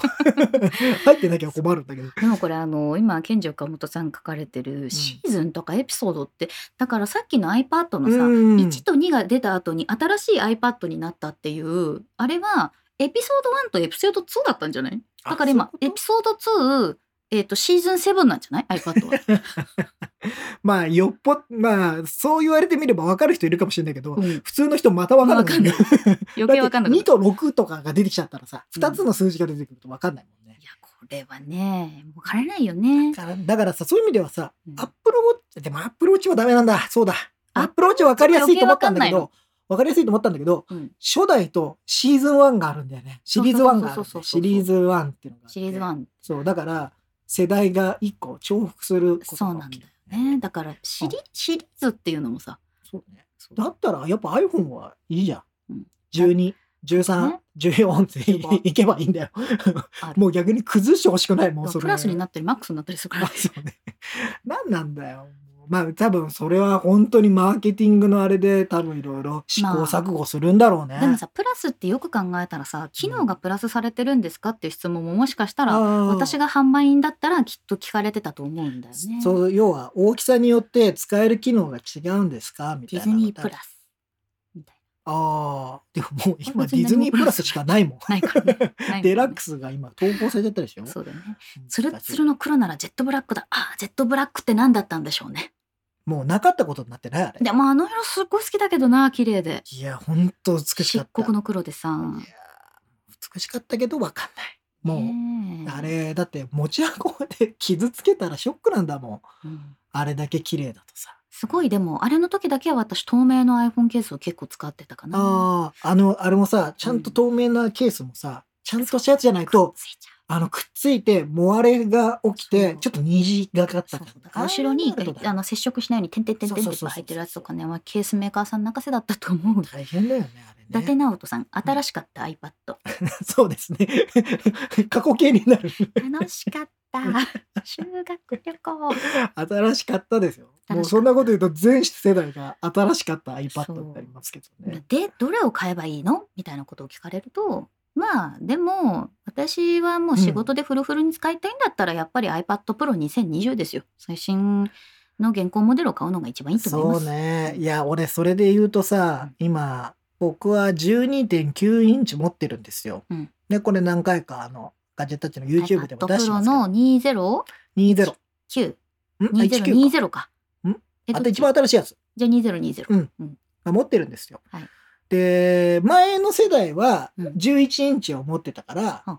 入ってなきゃ困るんだけど。
でもこれあの今健二岡本さん書かれてるシーズンとかエピソードって、だからさっきの iPad のさ、
うん
1と2が出た後に新しい iPad になったっていうあれはエピソード1とエピソード2だったんじゃないだから今
あそう
エ
いうこ
ピソード2、えー、とシーズン7なんじゃない iPad は。
とまあよっぽまあそう言われてみれば分かる人いるかもしれないけど、
うん
普通の人また分かんない
わ 余計わかんなくなっ
2と6とかが出てきちゃったらさ
うん
2つの数字が出てくると分かんないもんね
い、やこれはねもう枯れないよね
だ。からだからさそういう意味ではさ、
うん
アップルウォッチでもアップルウォッチはダメなんだそうだアップルウォッチは分かりやすいと思ったんだけどわかりやすいと思ったんだけど、
うん
初代とシーズン1があるんだよね。シリーズ1があ
そ
るん
う
だ
そうそうそうそう
よ。シリーズ1っていうのがあって。
シリーズ1
そう、だから、世代が一個重複すること
そう
が
な
起
ん
き
だ
る
よねだからシリ,、シリーズっていうのもさ
そうね。だったら、やっぱ iPhone はいいじゃ
うんん。
12、13
ね、
14っていけばいいんだよ
あ。る
もう逆に崩してほしくない、もうそれ。
プラスになったりマックスになったりする から
あそうね。何なんだよ。まあ多分それは本当にマーケティングのあれで多分いろいろ試行錯誤するんだろうね。
でもさプラスってよく考えたらさ機能がプラスされてるんですかっていう質問ももしかした
あ
ら
ー
私が販売員だったらきっと聞かれてたと思うんだよね。
そう要は大きさによって使える機能が違うんですかみ
デ
たい
ィ
な。
ズニープラスみたい
ああでももう今
別
デ
に
ィズニープラスしかないもん。
なないから ね。ないからね
デラックスが今投稿されちゃったでしょ。
そうだよね。
うん
ツルッツルの黒ならジェットブラックだ。ああ、ジェットブラックって何だったんでしょうね。
もうなかったことになってないあれ。
でもあの色すっごい好きだけどな、綺麗で。
いや本当美しか
漆
った。
黒の黒でさ。
いや美しかったけどわかんない。もう。
ねえ
あ、れだって持ち運んで傷つけたらショックなんだもん。
うん
あれだけ綺麗だとさ。
すごいでもあれの時だけは私透明の iPhone ケースを結構使ってたかな。
ああ、あの、あれもさ、ちゃんと透明なケースもさ、ちゃんとしたやつじゃないと、
ついちゃう
あの、くっついて、もわれが起きて
そ、う
ちょっと虹がかっ
そ
た
う
感
だから後ろにあの接触しないように点々点々っていっぱい入ってるやつとかねはケースメーカーさん泣かせだったと思う。
大変だよね、
伊
あれ
達
ね。
直人さん新しかった iPad
そうですね。 過去形になる。
楽しかった修学旅行
新しかったですよ。
新しかった
もうそんなこと言うと、全世代が新しかった iPad になりますけどね。
でどれを買えばいいのみたいなことを聞かれるとまあでも私はもう仕事でフルフルに使いたいんだったらやっぱり iPadPro2020 ですよ最新の現行モデルを買うのが一番いいと思い
そ
ま
う
す。
ね。いや、俺、それで言うとさ、今、僕は12.9インチ持ってるんですよ。
うん
で、これ何回か、あの、ガジェットたちの YouTube でも出して
iPadPro
ますけど。
の20
20。
9
んあ19か
2020か。
ん
えっ
あ
と
と一番新しいやつ
じゃあ2020。
が持ってるんですよ。
はい
で、前の世代は
うん
11インチを持ってたから、
うん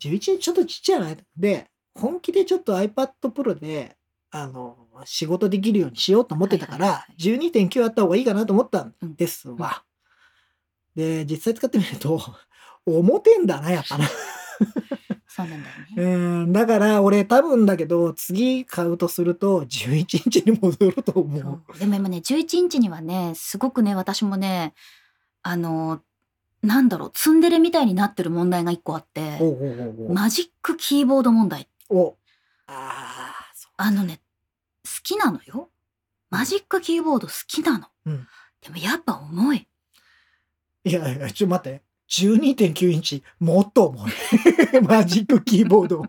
11インチちょっとちっちゃいな。で、本気でちょっと iPad Pro で、あの、仕事できるようにしようと思ってたから、
はいはい
12.9あった方がいいかなと思ったんですわ。で、実際使ってみると、 重てんだな、やっぱな。
そうなんだよね。
うん、だから俺多分だけど、次買うとすると11インチに戻ると思
そう
う。
でも今ね11インチにはねすごくね私もねあのなんだろうツンデレみたいになってる問題が一個あって
おうおうおうおう
マジックキーボード問題
おああそ
あのね好きなのよマジックキーボード好きなの、
うん
でもやっぱ重いう
いやいやちょっと待って12.9インチもっと重い マジックキーボ ード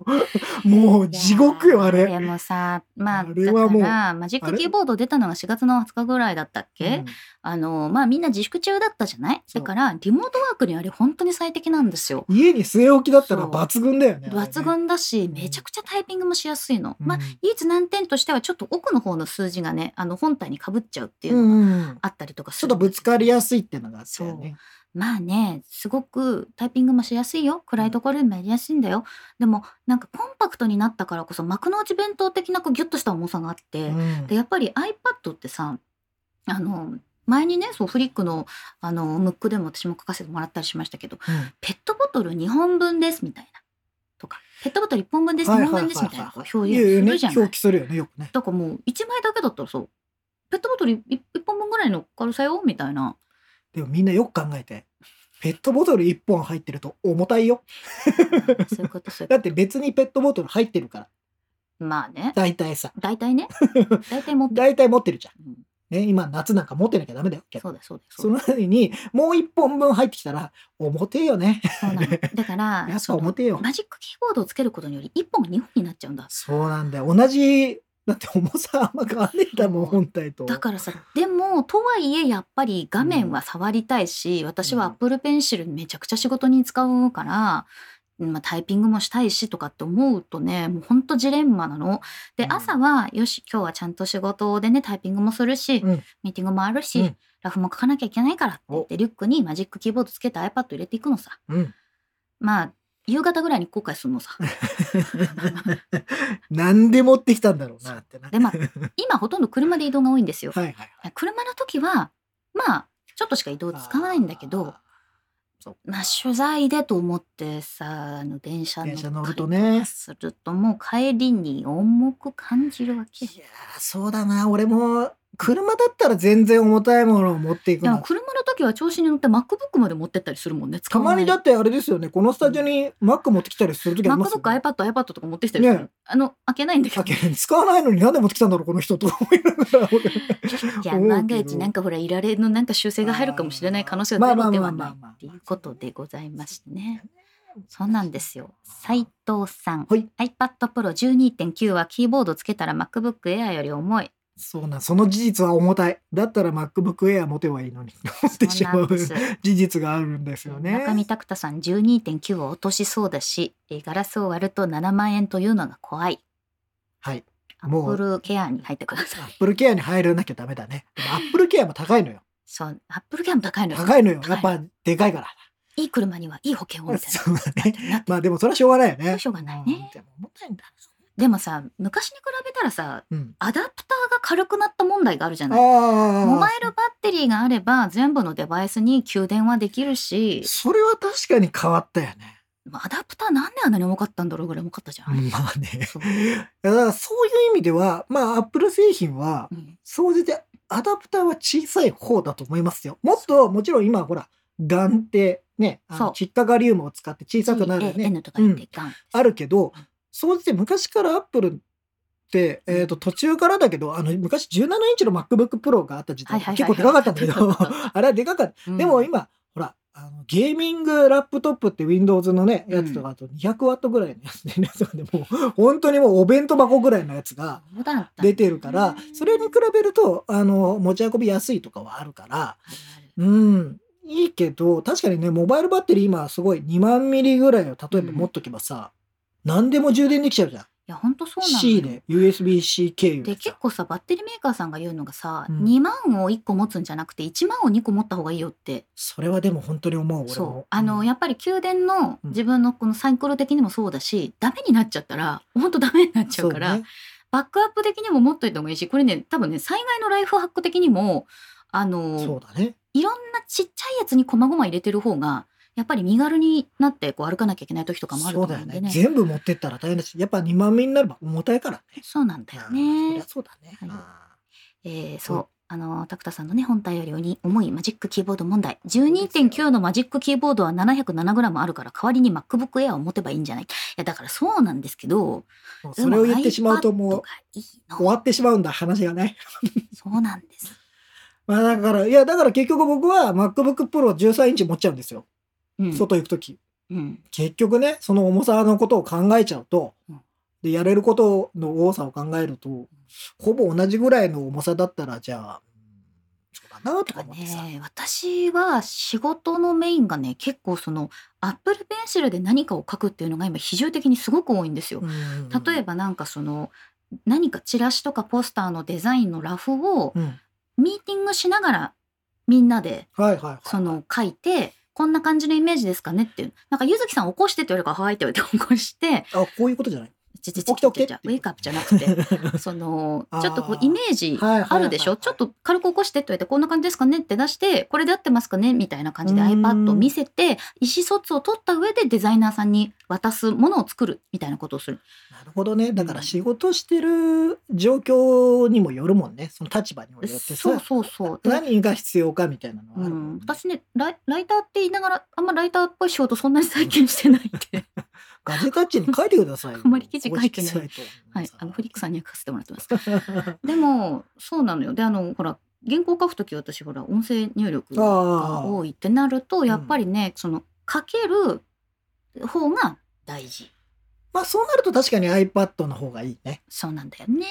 もう地獄よあ
いやー
れ
でもさまあ
あれはもう
だからマジックキーボード出たのが4月の20日ぐらいだったっけ、
うん
あのまあみんな自粛中だったじゃない
そう
だからリモートワークにあれ本当に最適なんですよ
家に据え置きだったら
そう
抜群だよねあれね
抜群だし
ん
めちゃくちゃタイピングもしやすいの、
うん
まあ唯一難点としてはちょっと奥の方の数字がねあの本体にかぶっちゃうっていう
う
のが
ん
あったりとか
ち
す
ょ
る
っと
んだけど、
ぶつかりやすいっていうのがあったよね
まあねすごくタイピングもしやすいよ暗いところでもやりやすいんだよでもなんかコンパクトになったからこそ幕の内弁当的なこうギュッとした重さがあって、
うん
でやっぱり iPad ってさあの前にねそうフリックのあのムックでも私も書かせてもらったりしましたけど
うん
ペットボトル2本分ですみたいなとかペットボトル1本分です
はい
2
はい
本
はいは
分
い
ですみたいなこう表
いやい
現
や
す
ね
るじゃない。
表記するよねよくね
だからもう1枚だけだったらそうペットボトル 1, 本分ぐらいの軽さよみたいな
でもみんなよく考えてペットボトル1本入ってると重たいよ
そういうことそういう
だ
こ
って別にペットボトル入ってるから
とまあね
大体さ
大体 ね大体持ってる、
大体持ってるじゃん
うん
ね、今夏なんか持ってなきゃダメだよ。
そうだそうだ
そうの
だ
時にもう一本分入ってきたら重てえよね。
そう なのだか
や
ら
っぱ
その
重てえよ。
マジックキーボードをつけることにより1本が2本になっちゃうんだ
そうなんだよ。同じだって重さあんま変わんねえんだもん
そう
本体と。
だからさでもとはいえやっぱり画面は触りたいし、私は
う
Apple Pencil めちゃくちゃ仕事に使うから、まあ、タイピングもしたいしとかって思うとねもうほんとジレンマなの。で
うん
朝はよし今日はちゃんと仕事でねタイピングもするし、
うん
ミーティングもあるし、
うん
ラフも書かなきゃいけないからって言ってリュックにマジックキーボードつけて iPad 入れていくのさ。
うん。
まあ夕方ぐらいに後悔するのさ
なんで持ってきたんだろうな ってな。
でまあ今ほとんど車で移動が多いんですよ。
はいはいはい。
車の時はまあちょっとしか移動使わないんだけど、
そう
まあ、取材でと思ってさあの電車
電車乗
乗
る
る
と
と
ね
するともう帰りに重く感じるわけ
いやーそうだな俺も車だったら全然重たいものを持っていく
でも
の
車の時は調子に乗って MacBook まで持ってったりするもんね使
た
わ
ま
ない
にだってあれですよねこのスタジオに Mac 持ってきたりする時ありますよ、ね、
MacBook、iPad、iPad とか持ってきたりする、
ね
あの開けないんだけど
だけど使わないのになんで持ってきたんだろうこの人と思いながら俺
いや
思うけど
万が一なんかほらいられのなんか修正が入るかもしれない可能性はゼロではないっていうことでございましてね。そうなんですよ斉藤さん、
はい
iPad Pro12.9 はキーボードつけたら MacBook Air より重 い
そうなんその事実は重たいだったら MacBook Air 持てばいいのに持ってしまう
そうなんです
事実があるんですよね
中見拓太さん12.9を落としそうだしえーガラスを割ると7万円というのが怖い
はい
ア
も
ッ
う
プルケアに入ってください
Apple Care に入らなきゃダメだねでも Apple Care も高いのよ
そうアップルケアも高いのよ
高いのよ
高い
やっぱでかいから
いい車にはいい保険をみたい
そうだね
ななって
まあでもそれはしょうがないよね。
しょうがないね
うんでも重たいんだ。
でもさ昔に比べたらさ
うん。
アダプターが軽くなった問題があるじゃない
ああ。
モバイルバッテリーがあれば全部のデバイスに給電はできるし、
それは確かに変わったよね。
まあアダプターなんであんなに重かったんだろうぐらい重かったじゃん。
まあね。
そう
だからそういう意味では、まあアップル製品は、
うん
総じてアダプターは小さい方だと思いますよ。もっと、もちろん今ほら、ガンってね、あ
そ
の
う
窒化ガリウムを使って小さくなるよ
GAN
ね。
とか言ってガン、
あるけど、総じて昔からアップルって、えっ、と、途中からだけど、あの、昔17インチの MacBook Pro があった時
はい
代、
はい
結
はいは
構
い
でかかったんだけど、 あれはでかかった。
うん
でも今、ほら、あのゲーミングラップトップって Windows のね、やつとかあと200ワットぐらいのやつで、ね、でもう本当にもうお弁当箱ぐらいのやつが
そうだった
出てるから、それに比べると、あの、持ち運びやすいとかはあるから、
あるある
うん、いいけど、確かにね、モバイルバッテリー今すごい2万ミリぐらいを例えば持っとけばさ、何でも充電できちゃうじゃん。
いや本当そうなのよ
C で、USB-C 経由
で
で
結
さ。
構さバッテリーメーカーさんが言うのがさ、
うん
2万を1個持つんじゃなくて1万を2個持った方がいいよって
それはでも本当に思う、俺も。
そうあの
うん
やっぱり給電の
うん
自分のこのサイクル的にもそうだし、ダメになっちゃったら本当ダメになっちゃうから
そね
バックアップ的にも持っといた方がいいしこれね多分ね災害のライフハック的にもあ
そう
の
だね。
いろんなちっちゃいやつに細々入れてる方がやっぱり身軽になってこう歩かなきゃいけない時とかもあると思
そうだ
う
よ
んで
ね
ねそう
全部持ってったら大変だしやっぱ2万目になれば重たいからね
なんだよ
そり
ね
ゃ。そうだね、
はい
あ
えーそうあのタクタさんのね本体よりに重いマジックキーボード問題12.9のマジックキーボードは 707g あるから代わりに MacBook Air を持てばいいんじゃないいやだからそうなんですけど
ーもうそれを言ってしまうと
で
もう
も iPad がいいの
終わってしまうんだ話がね
そうなんです
まあだからいやだから結局僕は MacBookPro13 インチ持っちゃうんですよ、
うん
外行く時
うん
結局ねその重さのことを考えちゃうと、
うん
でやれることの多さを考えるとほぼ同じぐらいの重さだったらじゃあうんそうだなとか
なん
思
か
ってさ、
ね、私は仕事のメインがね結構そのアップルペンシルで何かを書くっていうのが今比重的にすごく多いんですよ。例え
ば、
ばなんかその何かチラシとかポスターのデザインのラフを
うん、はい
ミーティングしながらみんなで
はいはい
その書いてこんな感じのイメージですかねっていうなんかゆずきさん起こしてって言われるから「はい」って言われて起こして
あこういうことじゃない
「ちちち
起きて起きて
ちゃちゃウェイクアップじゃなくて その
あー
ちょっとこうイメージ
はいはいはいはい
あるでしょちょっと軽く起こしてって言われてこんな感じですかねって出してこれで合ってますかねみたいな感じで
うーん
iPad を見せて意思疎通を取った上でデザイナーさんに渡すものを作るみたいなことをする
なるほどね。だから仕事してる状況にもよるもんね。その立場にもよってさ。
そうそうそうで
何が必要かみたいなのは
う
あるもん
ん
ね、
私ねライライターって言いながらあんまライターっぽい仕事そんなに最近してないんで
ガジェタッチに書いてくださいよ。
あんまり記事書いてない
公式サイト
はいあのフリックさんには書かせてもらってます
あ
でもそうなのよであのほら原稿書くとき私ほら音声入力が
あ
多いってなるとやっぱりね、その書ける方が大事
まあそうなると確かに iPad の方がいいね。
そうなんだよね、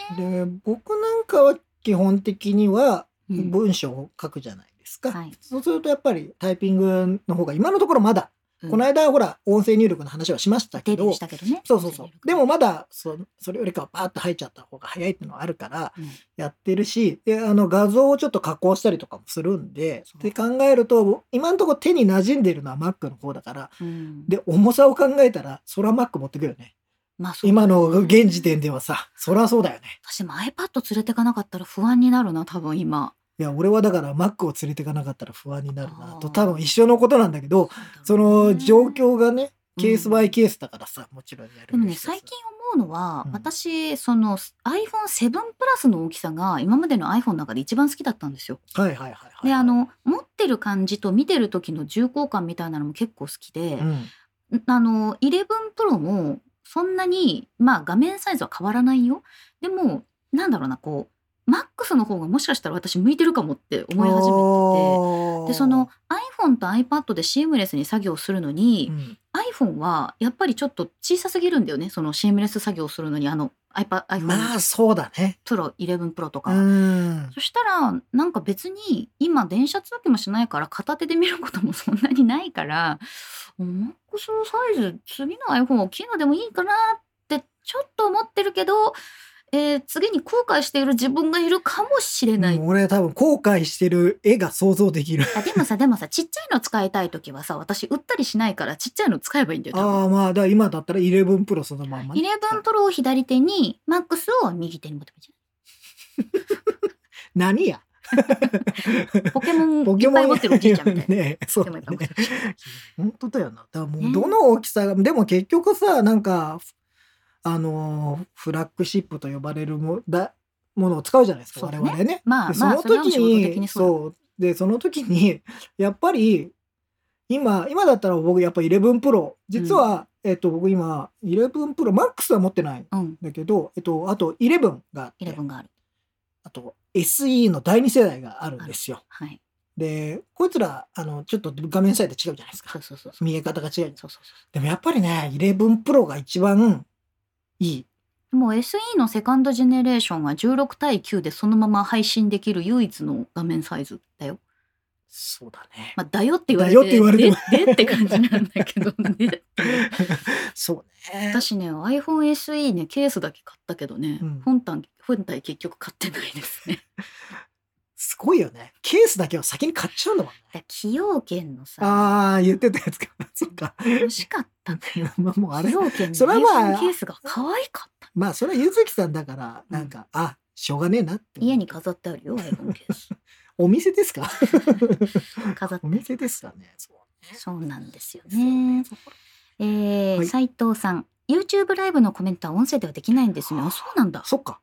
で、僕なんかは基本的には
うん
文章を書くじゃないですか。
はい
そうするとやっぱりタイピングの方が今のところまだ、
うん
この間ほら音声入力の話はしましたけ
デビュ
ど
ーし、たけどね
そうそうそう
音声入。力
でもまだそ、それよりかはパーッと入っちゃった方が早いっていうのはあるから、
うん
やってるし、で、あの画像をちょっと加工したりとかもするんで
そ、う
で考えると、今のところ手に馴染んでるのは Mac の方だから、
うん
で、重さを考えたら、そら Mac 持ってくよね。
まあそう
今の現時点ではさ、そらそうだよね。
私も iPad 連れてかなかったら不安になるな多分今
いや俺はだからマックを連れていかなかったら不安になるな
あー
と多分一緒のことなんだけどその状況がねケースバイケースだからさ、もちろんやる
でも
べ
ね
きさ
最近思うのは、
うん
私その iPhone7 プラスの大きさが今までの iPhone の中で一番好きだったんですよ。
はいはいはいはい、
であの持ってる感じと見てる時の重厚感みたいなのも結構好きで、
うん
んあの11 Pro もそんなにまあ画面サイズは変わらないよでもなんだろうなこう MAX の方がもしかしたら私向いてるかもって思い始め
め
てでその、iPhone と iPad でシームレスに作業するの
う
に、
ん
iPhone はやっぱりちょっと小さすぎるんだよねそのシームレス作業するのにあの iPad
ま
iPhone
あそうだね
Pro、11 Pro とか
う
は。
ん
そしたらなんか別に今電車通勤もしないから片手で見ることもそんなにないからマックスのサイズ次の iPhone 大きいのでもいいかなってちょっと思ってるけど、えー次に後悔している自分がいるかもしれない。
もう俺多分後悔してる絵が想像 できる
あでもさでもさちっちゃいの使いたい時はさ私売ったりしないからちっちゃいの使えばいいんだよ多分。
ああまあだから今だったら11プロそのまんまね、
11プロを左手にマックスを右手に持ってもいいじ
何や
ゃん。ポケモ ンいっぱい持ってるおじいちゃんみたいな。
ね そう
で
だ
も
ね
やっぱ
本当だよな。だからも
ね
うどの大きさが、でも結局さ、なんか、あのーフラッグシップと呼ばれるもだものを使うじゃないですか、
そう
我
だね
々ね。
まあ
でそ
まあ
の
それは
時
仕事
に、
的にそう
そう。で、その時に、 やっぱり、今、今だったら僕やっぱ11プロ。実は、えっと、僕今、11プロ、マックスは持ってないん
だ。うん
だけど、えっと、あと11があって
11がある。
あと SE の第2世代があるんですよ。
はい。
で、こいつら、あの、ちょっと画面サイズ違うじゃないですか
そ。うそうそうそう。
見え方が違う。
そうそうそう
でもやっぱりね、11プロが一番いい。
もう SE のセカンドジェネレーションは16対9でそのまま配信できる唯一の画面サイズだよ。
そうだね。
まあ、だよって言われて
だよって言われても
ででって感じなんだけどね。
そうね。
私ね iPhoneSE ねケースだけ買ったけどね、
うん
本体本体結局買ってないですね。
すごいよね。ケースだけは先に買っちゃうんだもんね。
だ崎陽軒のさ
ああ、言ってたやつか。そっか。
欲しかったの よ。
まあもうあれ
崎、陽軒の
それはまあ
iPhone ケースが可愛かった。
まあそれはゆずきさんだから、なんか、あ、しょうがねえなって。
家に飾ってあるよ iPhone ケース。
お店ですか
飾って
お店ですかね。そうね。
そうなんですよ
そう
ね。えー
はい
斉藤さん YouTube ライブのコメントは音声ではできないんですね。あそうなんだ。
そっか。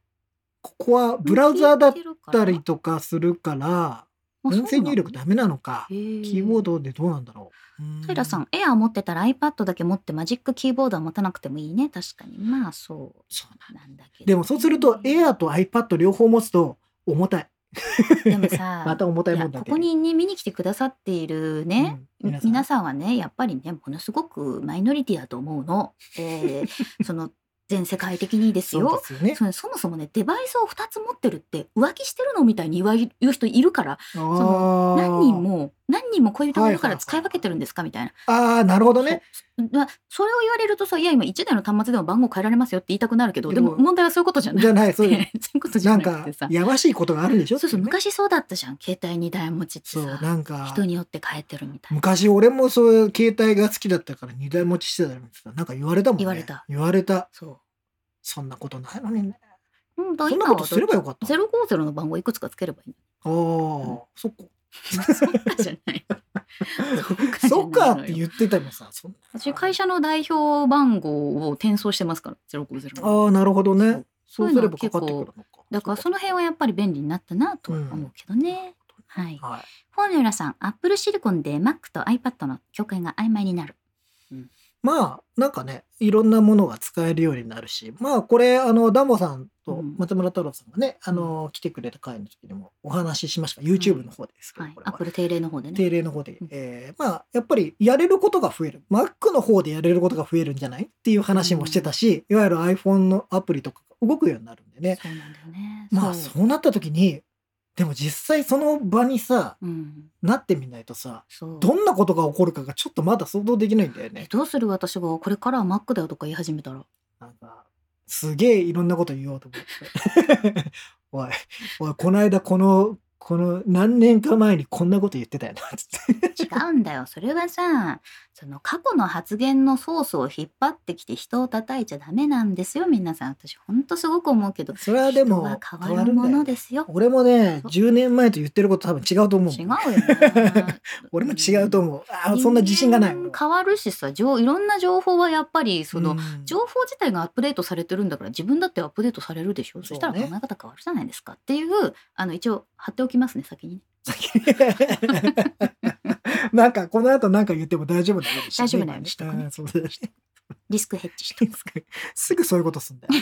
ここはブラウザーだっ
聞いてるから
たりとかするから、
あそうな
音
の
声入力ダメなのか。
へー
キーボードでどうなんだろう。う
平さん、エアー持ってたら iPad だけ持ってマジックキーボードは持たなくてもいいね。確かに。まあそう
そうなんだ
なんだけど、
でもそうすると Air と iPad 両方持つと重たい。
でもさ、
また重たい
い
も
や
んだ
こ
ね
こに、ね、見に来てくださっている
うん
ね、
皆さん
皆さんはねやっぱりねものすごくマイノリティだと思うの。え ーその全世界的にです
そう
よ
で。すよね。
そうそもそもねデバイスを2つ持ってるって浮気してるのみたいに言わ言う人いるから
あー
何人も何人も恋人がいるか
は
ら
いはいはい
使い分けてるんですかみたいな、
ああなるほどね。
そうまあそれを言われるとさいや今1台の端末でも番号変えられますよって言いたくなるけどで
で
も
も
問題はそういうことじゃない
じゃない
そ
そうう
いう ことじ
な
ゃ
ん
なく
か
てさ
やましいことがあるんでしょ。
そうそう
ってね
昔そうだったじゃん携帯2台持ちって
そう
さ
なんか
人によって変えてるみたいな
昔俺もそういう携帯が好きだったから二台持ちしてたのにさなんか言われたもんね。
言われた。
言われた。
そ
そんなことないのにね。
う、うん、だ
そんな
今
こ
は
とすればよかった。あ
050の番号いくつかつければいい
あーそっか。
のそっかじゃ ないそっかじゃない
そっかって
う
言ってたもんさ。そんな
私会社の代表番号を転送してますから050の
ああなるほどね。
そ
そうう
いう
す
の
れ
は
ばかかってくるのか。
だからその辺はやっぱり便利になったなとは思うけどね、はい
はい。
フォーミュラさんアップルシリコンで Mac と iPad の境界が曖昧になる
まあなんかねいろんなものが使えるようになるしまあこれあのダンボさんと
うん
松村太郎さんがね、あの来てくれた回の時にもお話ししましたが YouTube の方でですけど、
はい
これ
アッ
は
プル定例の方でね
定例の方で、
うん
えーまあやっぱりやれることが増える Mac の方でやれることが増えるんじゃないっていう話もしてたし、いわゆる iPhone のアプリとかが動くようになるんでね
そうなんだよね
まあ
そう
そうなった時にでも実際その場にさ
うん
なってみないとさ
そう
どんなことが起こるかがちょっとまだ想像できないんだよね
え。どうする私がこれからは Mac だよとか言い始めた ら
なんか、 すげえいろんなこと言おうと思って。おい、おい、この間この、この何年か前にこんなこと言ってたよなつって
違うんだよ。それはさ、その過去の発言のソースを引っ張ってきて人を叩いちゃダメなんですよ、皆さん。私、ほんとすごく思う けど。
それはで
人は
も
変わるものですよ。
俺もね
そう
10年前と言ってること多分違うと思う。
違うよね
俺も違うと
思
思う あーそんな自信がない
変わるしさ、情いろんな情報はやっぱり、その、
うん
情報自体がアップデートされてるんだから自分だってアップデートされるでしょそ,、したら
そ
考
う
え
ね
方変わるじゃないですかっていうあの一応貼っておきますね先に
なんかこの後なんか言っても大丈夫だよ、ね。
大丈夫だよね
今ねうんそうだよね
リスクヘッジして
すぐそういうことす んだよ。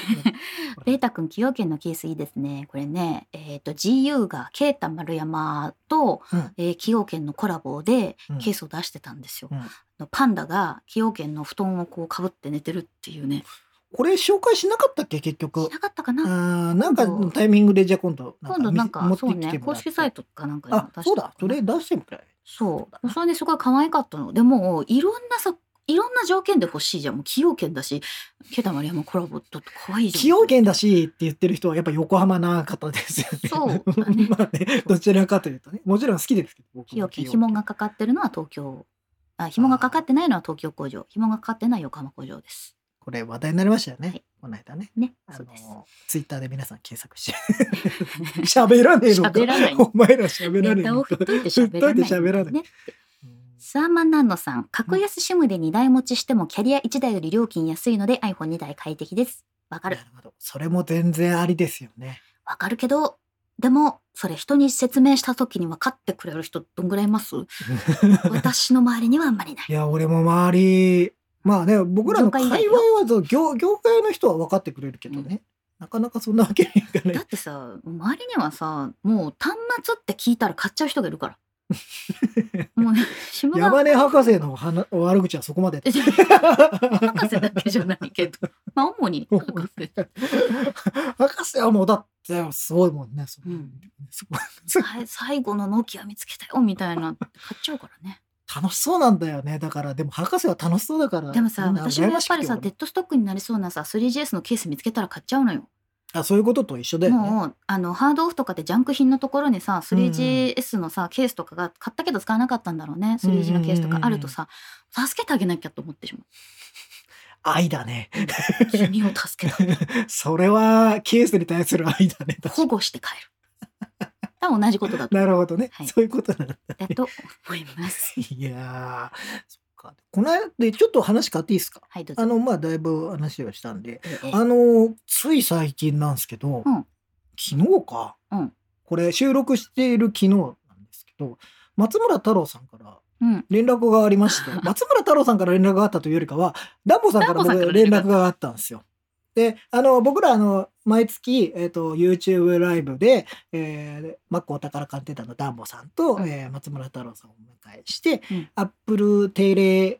ベータ君崎陽軒のケースいいですねこれねえっ、と GU が慶太丸山と
うん
えー崎陽軒のコラボで
うん
ケースを出してたんですよ、
うん
のパンダが崎陽軒の布団をこうかぶって寝てるっていうね
これ紹介しなかったっけ
し
結局。
なかったか
あ
な、
ーなんか
今度
のタイミングでじゃあ今度
今度なん
見
かそう
持ってきて
ね公
もらって
式サイトかなんかにも
あ
出して
そう
たか
だ
な
それ出してみたい。
そ
そうだ
う。
な
それですごい可愛かったの。でもういろんなさ、いろんな条件で欲しいじゃん。もう崎陽軒だし、ケタマリアもコラボだと可愛いじゃん。
崎陽軒だしって言ってる人はやっぱ横浜な方ですよね。
そうだね
まあねどちらかというとねもちろん好きですけど僕も
崎陽軒紐がかかってるのは東京。あ、紐がかかってないのは東京工場。紐がかかってない横浜工場です。
これ話題になりましたよね、
はい
この間ね。
ね。
あ
そうです。
のツイッターで皆さん検索して 喋らねえのか
喋らない
お前ら喋らね
ネ
え
タを
の
振
か
っといて喋らない。
振っといて喋ら ない
ね。
うん
スワンマンナンノさん、格安シムで2台持ちしてもキャリア1台より料金安いので iPhone2 台快適です。わか
な
る
る。ほどそれも全然ありですよね
わかるけど、でも、それ人に説明した時に分かってくれる人どんぐらいいます 私の周りにはあんまりいない
い。や俺も周りまあね僕らの界隈はそう業業界の人は分かってくれるけどね、なかなかそんなわけにいかな
だ
い
ってさ、周りにはさ、もう端末って聞いたら買っちゃう人がいる から。もう、シムが。
山根博士の話悪口はそこまで
博士だけじゃないけど、まあ主に博 士。
博士はもうだってすごいもんねそ,、
うん
そこ
さい最後のノキア見つけたよみたいな買っちゃうから ね。
楽しそうなんだよねだからでも博士は楽しそうだから
でもさ、
みんな
私も
羨
や
ま
っ
しく
ぱ
て
りさ、デッドストックになりそうなさ、3GS のケース見つけたら買っちゃうのよ。
あそういうことと一緒だよね
もうあのハードオフとかでジャンク品のところにさ 3GS のさ、ケースとかが買ったけど使わなかったんだろうね 3G のケースとかあるとさ、助けてあげなきゃと思ってしま
愛だね
う君を助けた
それはケースに対する愛だね
保護して帰る多分同じことだと
なるほどね、
はい
そういうことなんだ
だと思い ます
いやーそっかこの間でちょっと話変わっていいですか
はいどうぞ
あのまあだいぶ話はしたんで
ええ
あのつい最近なんですけど、
うん
昨日か、
うん
これ収録している昨日なんですけど松村太郎さんから
うん
連絡があり まして松村太郎さんから連絡があったというよりかはダンボさんから僕
ダンボさんから
連
連絡
絡があったんですよ。であの僕らあの毎月、えっと YouTube ライブで、えー、マックお宝鑑定団のダンボさんと、
うん
えー松村太郎さんをお迎えして、
うん
アップル定例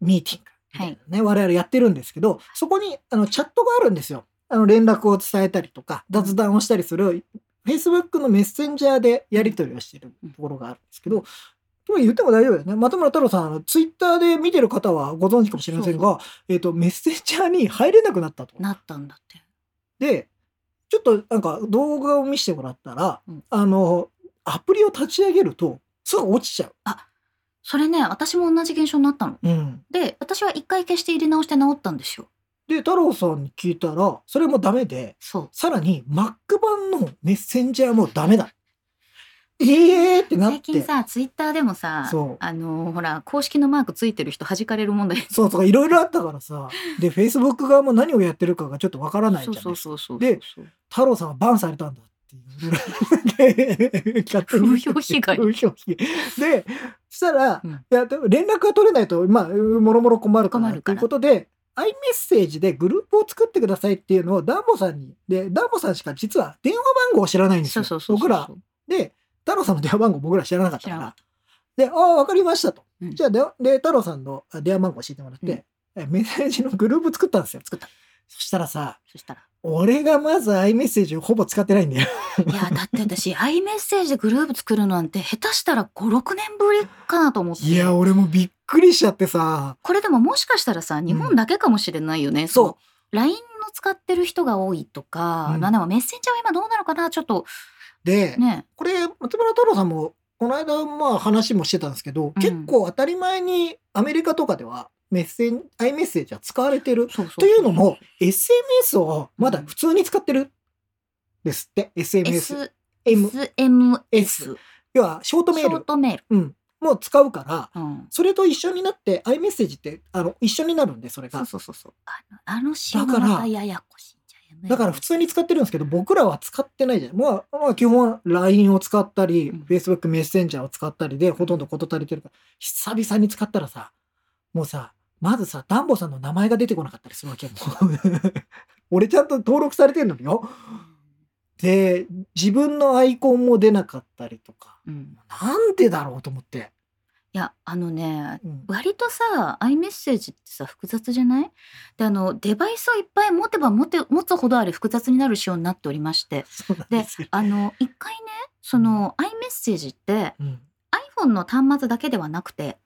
ミーティングみたいなね、我々やってるんですけどそこにあのチャットがあるんですよ。あの連絡を伝えたりとか雑談をしたりする Facebook のメッセンジャーでやり取りをしてるところがあるんですけど、とは言っても大丈夫だよね。松村太郎さんあの、ツイッターで見てる方はご存知かもしれませんが、えっ、と、メッセンジャーに入れなくなったと。
なったんだって
で、ちょっとなんか動画を見せてもらったら、
うん
あの、アプリを立ち上げると、すぐ落ちちゃう。
それね私も同じ現象になったの
うん。
で私は一回消して入れ直して直ったんですよ
で、太郎さんに聞いたら、それもダメで、
そう
さらに Mac 版のメッセンジャーもダメだ。ええーってなって。
最近さツイッターでもさ
そう
あのーほら公式のマークついてる人弾かれる問題
そうとかいろいろあったから さ。で、Facebook 側も何をやってるかがちょっとわからないじ
そ
ゃ
う
ないです
そ
か
う。そうそう
で
そう
太郎さんはバンされたんだって いう。勝手に
風評被害
風評被害で、そしたら、
うん
いやでも連絡が取れないと、まあ、もろもろ困るか
困
ら
る
と
か
い
ら
うことで、アイメッセージでグループを作ってくださいっていうのをダンボさんに、で、ダンボさんしか実は電話番号を知らないんです
そう
よ。
そうそうそう
僕ら。で、太郎さんの電話番号僕ら知らなかっ
知
たからら
な。かった
で、ああ、わかりましたと。
うん
じゃあで、で、太郎さんのあ電話番号教えてもらって、えメッセージのグループ作ったんですよ。
作った。
そしたらさ、
そしたら
俺がまず iMessage をほぼ使ってないんだよ。
いやだって私 i メッセージでグループ作るなんて下手したら56年ぶりかなと思って
いや、俺もびっくりしちゃってさ。
これでももしかしたらさ日本だけかもしれないよね、
そう
LINE を使ってる人が多いとか、
うん
まあでもメッセンジャーは今どうなのかなちょっと
で、
ね
これ松村太郎さんもこの間まあ話もしてたんですけど、結構当たり前にアメリカとかではメッセンアイメッセージは使われてる
そうそう
というのも SMS をまだ普通に使ってるんですって SMS、M
SMS
要はショートメ
シ
ー
ョー
ル
トメール、
もう使うから
うん、
それと一緒になってアイメッセージってあの一緒になるんでそれ
そ
が
うそうそうそうあのあの仕様
だから
またややこしいんじゃやめよう
だから普通に使ってるんですけど僕らは使ってないじゃん、まあ、まあ基本は LINE を使ったり、
うん
Facebook メッセンジャーを使ったりでほとんど事足りてるから久々に使ったらさもうさまずさダンボさんの名前が出てこなかったりするわけよ もう俺ちゃんと登録されてるのによで自分のアイコンも出なかったりとか
うん、
なんでだろうと思って、
いやあのね
うん
割とさアイメッセージってさ複雑じゃないであのデバイスをいっぱい持てば持て持つほどある複雑になる仕様になっておりまして
そうなん
で
ですよ、
あの一回ねそのアイメッセージって
うん、
iPhone の端末だけではなくて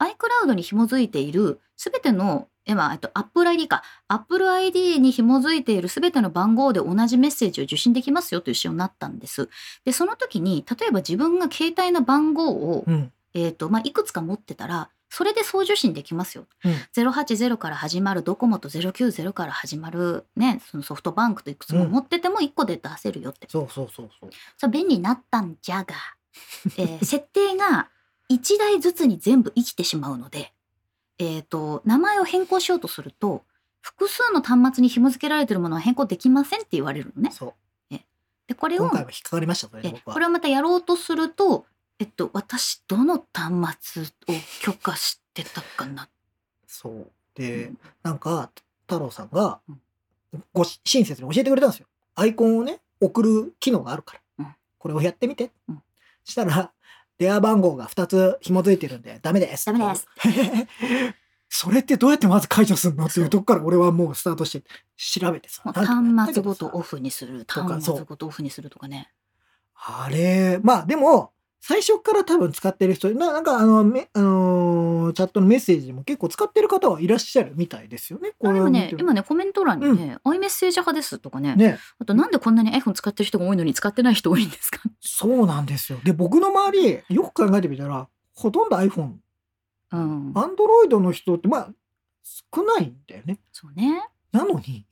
iCloud に紐づいているすべてのえまあえっと Apple ID か Apple ID に紐づいているすべての番号で同じメッセージを受信できますよという仕様になったんです。でその時に例えば自分が携帯の番号を、
うん
えっとまあ、いくつか持ってたらそれで送受信できますよ。
うん
080から始まるドコモと090から始まる、ね、そのソフトバンクといくつも持ってても1個で出せるよって、
そうそうそうそう
そう便利になったんじゃが、え ー設定が1台ずつに全部生きてしまうので、えー、と名前を変更しようとすると複数の端末に紐付けられてるものは変更できませんって言われるのね。
そう
でこれを
今回は引っかかりましたね
え
僕
こ
は
れをまたやろうとすると、えっと、私どの端末を許可してたかな、
そうで、
うん
なんか太郎さんが
うん
ごし親切に教えてくれたんですよアイコンをね送る機能があるから、
うん
これをやってみて、
うん
したら電話番号が2つ紐づいてるんでダメです
ダメです
それってどうやってまず解除するのっていうとこから俺はもうスタートして調べてさ
もう
なん
端
か
末ごとオ
だけどさ
フにする
とか
端末
そう
ごとオフにするとかね。
あれまあでも最初から多分使ってる人ななんかあのめ、あのーチャットのメッセージでも結構使ってる方はいらっしゃるみたいですよね。
あ
れ
で
を
も
見
ね
てる
今ねコメント欄にね「アイメッセージ派です」とかね
ね
あとなんでこんなに iPhone 使ってる人が多いのに使ってない人多いんですか
そうなんですよ。で、僕の周り、よく考えてみたら、ほとんど iPhone、
うん。
Android の人って、まあ、少ないんだよね。
そうね。
なのに、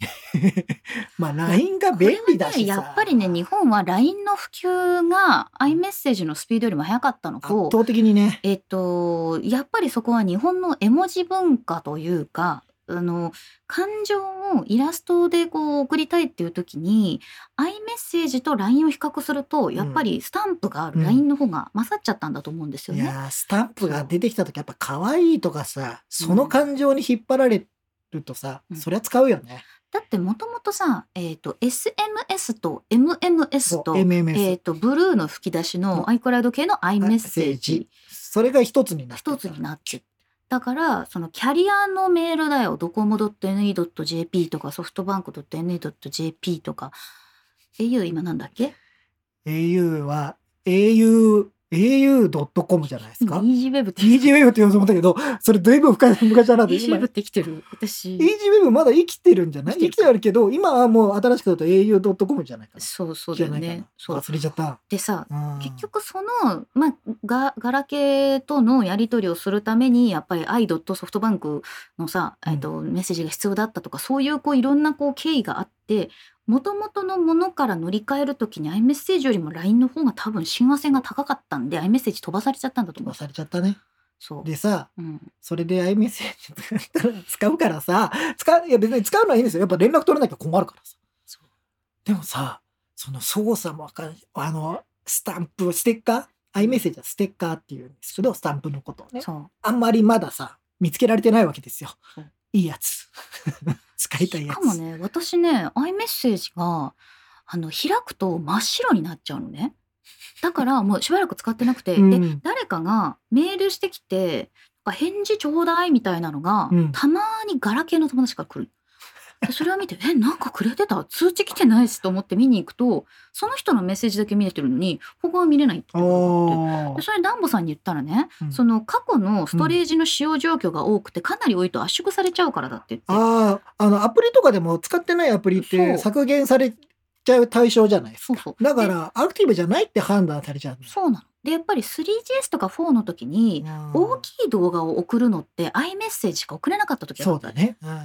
まあ、LINE が便利だしさ。
やっぱりね、日本は LINE の普及が iMessage のスピードよりも早かったの
圧
と、
倒的にね。
えっと、やっぱりそこは日本の絵文字文化というか、あの、感情をイラストでこう送りたいっていう時に、iMessage と LINE を比較すると、やっぱりスタンプがあ
う
る
ん
LINE の方が勝っちゃったんだと思うんですよ
い
ね。
やースタンプが出てきた時やっぱ可愛いとかさその感情に引っ張られるとさ、
うん
そりゃ使うよね。
だってもともとさ、えっと、SMS と MMS と
MMS、
えー、とブルーの吹き出しの iCloud 系の iMessage
それが一つになって
一
る
つになってだからそのキャリアのメールだよドコモ .ne.jp とかソフトバンク .ne.jp とか au 今なんだっけ
au は au au.com じゃないですか。
EasyWeb って
EasyWave って言おうと思ったけど、それだいぶ深い昔だなって。今
EasyWeb ってきてる私
EasyWave まだ生きてるんじゃない
生
生
きて
きてはるけど、今はもう新しくだと au.com じゃないかな。
そうそう
じ
だ
ゃ
よ
ないか
ね
な。
そう
忘れちゃった。
でさ
うん
結、局その、まあ、がガラケーとのやり取りをするためにやっぱり i ドットソフトバンクのさ、
うん
えっとメッセージが必要だったとかそういうこういろんなこう経緯があってもともとのものから乗り換えるときに iMessage よりも LINE の方が多分親和性が高かったんで iMessage 飛ばされちゃったんだと思う。
忘れちゃったね。
そう
でさ、
うん、
それで iMessage 使ったら使うからさ、使う、いや別に使うのはいいんですよ。やっぱ連絡取れなきゃ困るからさ。
そう
でもさ、その操作もわかんない。あの、スタンプ、ステッカー iMessage はステッカーっていうんですけど、スタンプのことをね。
そう
あんまりまださ、見つけられてないわけですよ
うん。
いいやつ。 使いたいやつ。
しかもね私ね iMessage があの開くと真っ白になっちゃうのね。だからもうしばらく使ってなくて、
うん
で誰かがメールしてきて「なんか返事ちょうだい」みたいなのが、
うん
たまにガラケーの友達から来る。でそれを見て「えなんかくれてた通知来てないし」と思って見に行くとその人のメッセージだけ見れてるのに他は見れないっていうことがあって
お
でそれダンボさんに言ったらね、
うん
その過去のストレージの使用状況が多くてかなり多いと圧縮されちゃうからだって言って。
あああのアプリとかでも使ってないアプリっ
そう
て削減されちゃう対象じゃないです
そう
か
そう
だか
で
らアクティブじゃないって判断されちゃうんです
そうなのでやっぱり 3GS とか4の時に大きい動画を送るのって iMessage しか送れなかった時があ
そう
った
だね、うん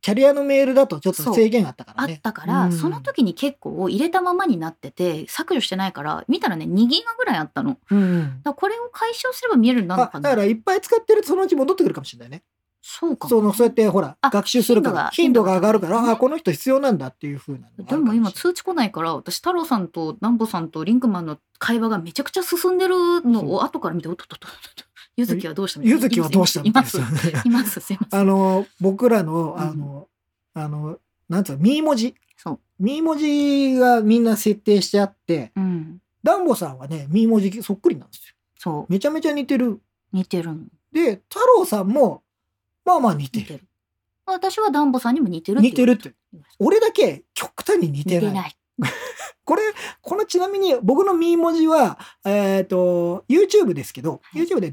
キャリアのメールだとちょっと制限あったから
あっ
ね
たから、
うん
その時に結構入れたままになってて削除してないから見たらね2ギガぐらいあったのだか
うん
らこれを解消すれば見えるようになるの
あ
かな
だからいっぱい使ってるとそのうち戻ってくるかもしれないね。
そうかも
そのそうやってほら
あ
学習するから
頻
頻
度
度
が
が上がるから、
ね
あこの人必要なんだっていう風なのがあ
で
るか
も今
しれな
通
い
知来ないから私太郎さんと南ボさんとリンクマンの会話がめちゃくちゃ進んでるの
そ
を後から見ておっとっとっとっとっとゆずきはどうした
ゆずきはどうした
いますい
みたいな
ますいますすいません
あの僕らの
うん
あの、あのなんつうのミー文字
そう
ミー文字がみんな設定してあって
うん
ダンボさんはねミー文字そっくりなんですよ
そう
めちゃめちゃ似てる
似てるの
で太郎さんもまあまあ似て
似
る
てる私はダンボさんにも似てる
似てるって
言われた
俺だけ極端に似
似
てな
て
い
ない
これこのちなみに僕のミー文字はえっ、と YouTube ですけど、
はい
YouTube で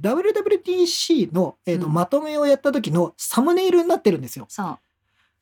WWDC の、えーと
うん
まとめをやった時のサムネイルになってるんですよ
そう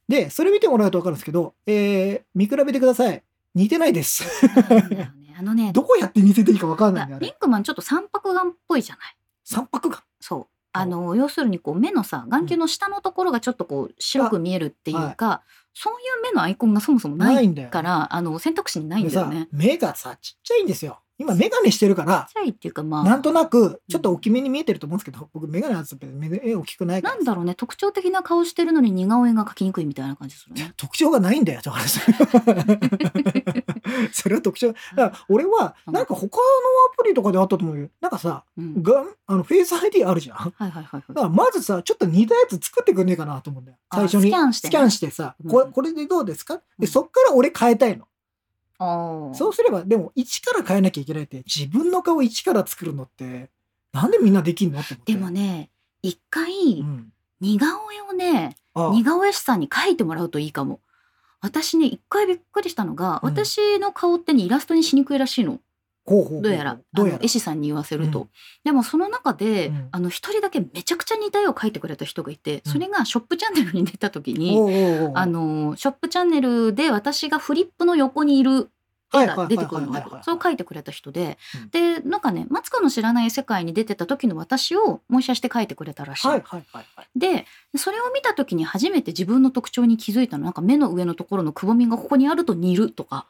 でそれ見てもらうと分かるんですけど、えー見比べてください似てないです
そうなんだよねあのね
どこやって似せていいか分かんないんだよ
リン
ね
クマンちょっと三白眼っぽいじゃない
三白眼
そうあの要するにこう目のさ眼球の下のところがちょっとこう白く見えるっていうか、そういう目のアイコンがそもそもな
ない
い
んだよ
からあの選択肢にないん
で
だよ
さ
ね。
目がさちっちゃいんですよ今眼鏡してるから
ちっちゃいっていうかまあ
なんとなくちょっと大きめに見えてると思うんですけど僕眼鏡外すと目目大きくないから
なんだろうね特徴的な顔してるのに似顔絵が描きにくいみたいな感じするね。
特徴がないんだよ、だからそれそれは特徴。だから俺は、
うん
なんか他のアプリとかであったと思うよ。なんかさ、
うん、
があのフェイス ID あるじゃん。
はいはいはい
だか
はい。
らまずさ、ちょっと似たやつ作ってくんねえかなと思うんだよ。
あ
最初に。
スキャンしてね
さ、
うん
ここれでどうですか
うん
で、そっから俺変えたいの。
ああ。
そうすれば、でも一から変えなきゃいけないって、自分の顔一から作るのって、なんでみんなできんのって思って。
でもね一
う
回
ん。
似顔絵をね
あ
似顔絵師さんに描いてもらうといいかも。私ね一回びっくりしたのが、
うん
私の顔ってねイラストにしにくいらしいの。
ほうほうほ
どうやら
どう
あ
や
の
ら
絵。師さんに言わせると、
うん
でもその中で、
うん
あの一人だけめちゃくちゃ似た絵を描いてくれた人がいて、
うん
それが「ショップチャンネル」に出た時に、
おうおうおう
あのショップチャンネルで私がフリップの横にいる絵が出てくるの
はいはいはいはいは
が
い
そう書いてくれた人で、
うん
でなんかね「マツコの知らない世界」に出てた時の私をもう一回して書いてくれたらしい。
はいはいはいはい。
でそれを見た時に初めて自分の特徴に気づいたのなんか目の上のところのくぼみがここにあると似るとか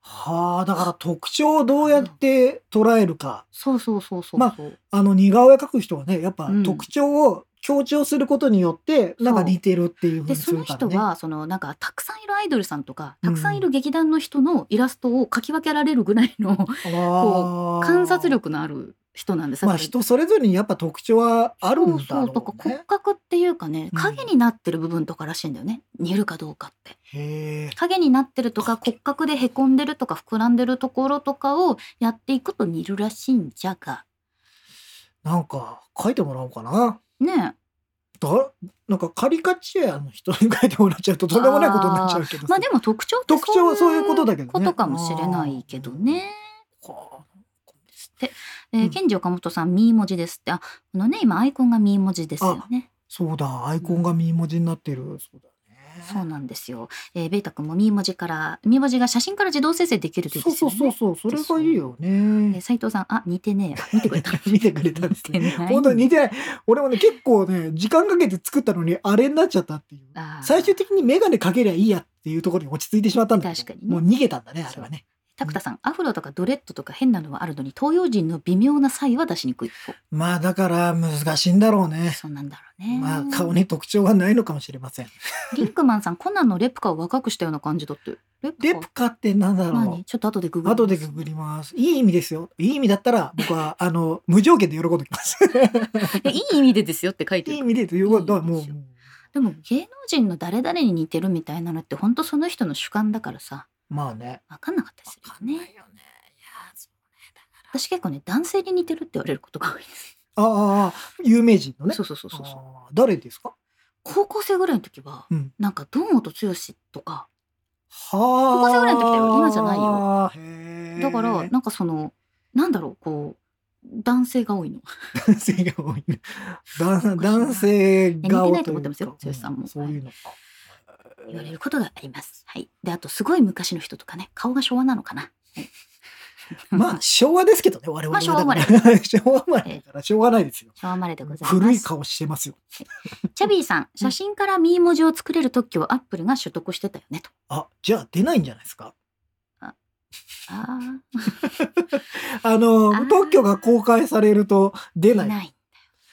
はあだから特徴をどうやって捉えるか、
そうそうそうそうそう、
まああの似顔絵描く人はねやっぱ
うん
特徴を強調することによってなんか
そう
似てるっていうふう
で
に
そ
す
の
るから
人
ね。
はそのなんかたくさんいるアイドルさんとかたくさんいる劇団の人のイラストを描き分けられるぐらいの
あー
観察力のある人なんです
まあ人それぞれにやっぱ特徴はあるんだろうね。
そうそうとか骨格っていうかね
うん
影になってる部分とからしいんだよね、似るかどうかって
へえ。
影になってるとか骨格でへこんでるとか膨らんでるところとかをやっていくと似るらしいんじゃが
なんか書いてもらおうかな。
ね
だなんかカリカチュアの人に書いてもらっちゃうととんでもないことになっちゃうけど
え
さ
まあでも特徴って
特徴はそういうことだけどね
ことかもしれないけどね。
は
って、えー
うん
ケンジ岡本さん、ミー文字ですって、あ、このね、今アイコンがミー文字ですよね。
あそうだアイコンがミー文字になってる。そうだね。
そうなんですよ。えー、ベータ君もミー文字から、ミー文字が写真から自動生成できるといい
そ
で
う
す
そ
よ
う
ね。
そうそう、それがいいよね。
斉藤さん、あ、似てねえよ。見てくれた。
見てくれたんですね
似てない
本当に似てない。俺もね、結構ね、時間かけて作ったのに、あれになっちゃったっていう。
あー
最終的にメガネかけりゃいいやっていうところに落ち着いてしまったんだけど。
確かにね
もう逃げたんだね、あれはね。
拓田さん、アフロとかドレッドとか変なのはあるのに、東洋人の微妙な差異は出しにくい。
まあ、だから難しいんだろうね。
そうなんだろうね。
まあ、顔に特徴がないのかもしれません。
リンクマンさん、コナンのレプカを若くしたような感じだって。レプ
レ
カ
プカってなんだろ
何ちょっと後でグ
う。
グる
後でググります。いい意味ですよ。いい意味だったら、僕は、あの、無条件で喜んでき ます。
いやいい意味でですよって書いて
い
る
い意味でということは、
いい意味
も
で
う
すよ。でも芸能人の誰々に似てるみたいなのって本当その人の主観だからさ
まあね。
分かんなかったりす
わかん
る
な
よ
いよね
ね。
いや
私結構ね男性に似てるって言われることが多いです。
ああああ、有名人のね。
そうそうそうそうそう。
あー誰ですか
高校生ぐらいの時は、
うん
なんか堂本剛とか
はあ。高
校生ぐらいの時だよ今じゃないよ
へえ。
だからなんかそのなんだろうこう男性が多いの。
男性が多いね。男男性が多
いや似てないと思ってますよ剛さんも
うそういうのか。
言われることがあります。はい。で、あと、すごい昔の人とかね、顔が昭和なのかな。はい
まあ、昭和ですけどね、我々は。
まあ昭和生まれ
だから 昭和生まれだから、しょうがないですよ。
昭和まででございます。
古い顔してますよ。
チャビーさん、写真からミー文字を作れる特許をアップルが取得してたよねと。
あ、じゃあ出ないんじゃないですか。
あ
あの
あー、
特許が公開されると出
あ、
ない。
ない。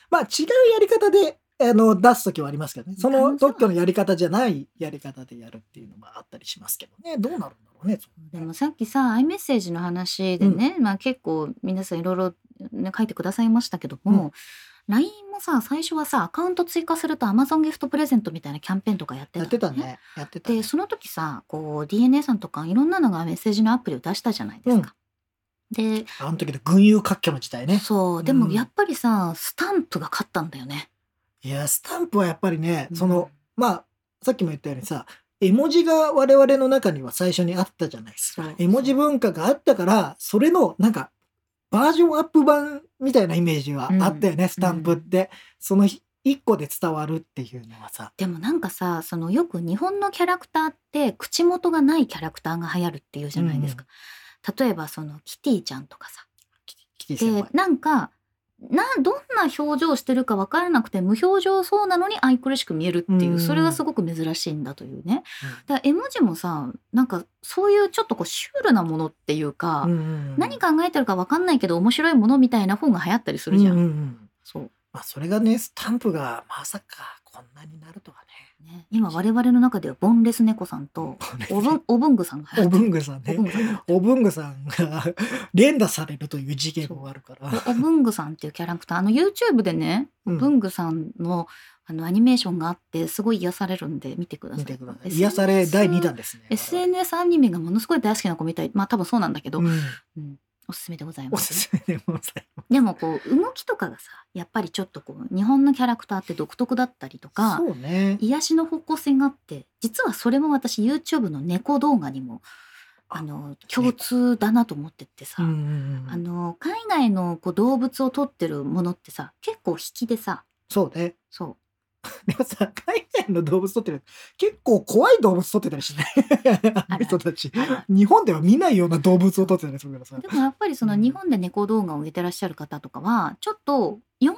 まあ、違うやり方で、あの、出すときはありますけどね。そ
可能
の
性は
特許のやり方じゃないやり方でやるっていうのもあったりしますけどね。どうなるんだろうね。
でもさっきさ、アイメッセージの話でね、まあ結構皆さんいろいろね書いてくださいましたけども、LINE もさ、最初はさ、アカウント追加すると Amazon ギフトプレゼントみたいなキャンペーンとかやってた
や
の
ってた。ね。やってたね。
で、その時さ、こう DNA さんとかいろんなのがメッセージのアプリを出したじゃないですか。で、
あの時の群雄割拠の時代ね。
そうう、
ん
でもやっぱりさ、スタンプが勝ったんだよね。
いや、スタンプはやっぱりね、そうの
ん、
まあ、さっきも言ったようにさ、絵文字が我々の中には最初にあったじゃないですか。
そう
絵文字文化があったから、それの、なんか、バージョンアップ版みたいなイメージはあったよね、スタンプって。その一個で伝わるっていうのはさ。
でもなんかさそのよく日本のキャラクターって口元がないキャラクターが流行るっていうじゃないですか、例えばそのキティちゃんとかさ
キティ先
で
輩
なんかなどんな表情してるか分からなくて無表情そうなのに愛くるしく見えるっていう、
うん
それがすごく珍しいんだというね
う
だか
ん
ら絵文字もさなんかそういうちょっとこうシュールなものっていうか、
うんうんうん
何考えてるか分かんないけど面白いものみたいな方が流行ったりするじゃん、
うんうんうん
そう
まあ、それがね、スタンプがまさかこんなになるとは
ね今我々の中ではボンレス猫さん と
ね。
おぶんおぶんぐさんが流行
お
って
ぶ
る
んぐさん
お
ね
ぶ。んぐさんが
おぶんぐさんが 連打されるという事件もあるから。
おぶんぐさんっていうキャラクターあの YouTube でね、
うん
ぶんぐさんのあのアニメーションがあってすごい癒されるんで見てください。
見てください。
SNS
癒され第2弾ですね。
SNS アニメがものすごい大好きな子みたいまあ多分そうなんだけど、
うん
うんおすすめでござい
お
ますす。
すめでございま
でもこう動きとかがさやっぱりちょっとこう日本のキャラクターって独特だったりと
す。
か
そうね。
癒しの方向性があって実はそれも私 YouTube の猫動画にもあの共通だなと思ってってさ、
うんうん
あ
うん
の海外のこう動物を撮ってるものってさ結構引きでさ
そうね。
そう
でもさ、海外の動物撮ってる結構怖い動物撮ってたりしないあの 人たち。日本では見ないような動物を撮ってたりするからさ。
でもやっぱりその
うん
日本で猫動画を上げてらっしゃる方とかはちょっと4コマ漫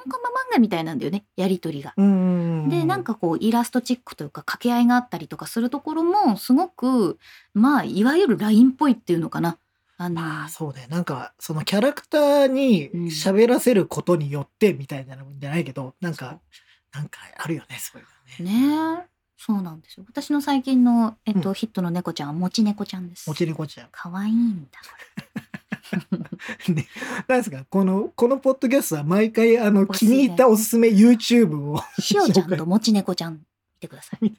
画みたいなんだよねやり取りが。
うん
でなん、かこうイラストチックというか掛け合いがあったりとかするところもすごくまあいわゆる LINE っぽいっていうのかな。あの
まあそうね。なんか、そのキャラクターに喋らせることによってみたいなのもじゃないけど、なんか、なんかあるよね、そういうのね。
ねえそうなんですよ。私の最近の、えっとヒットの猫ちゃんはもち猫ちゃんです
も。ちりこちゃん。
可愛いんだ。
なんですかこの、このポッドキャストは毎回、あの、
おすす
気
め
に入ったおすすめ YouTube を
しおちゃんともち猫ちゃん見てください。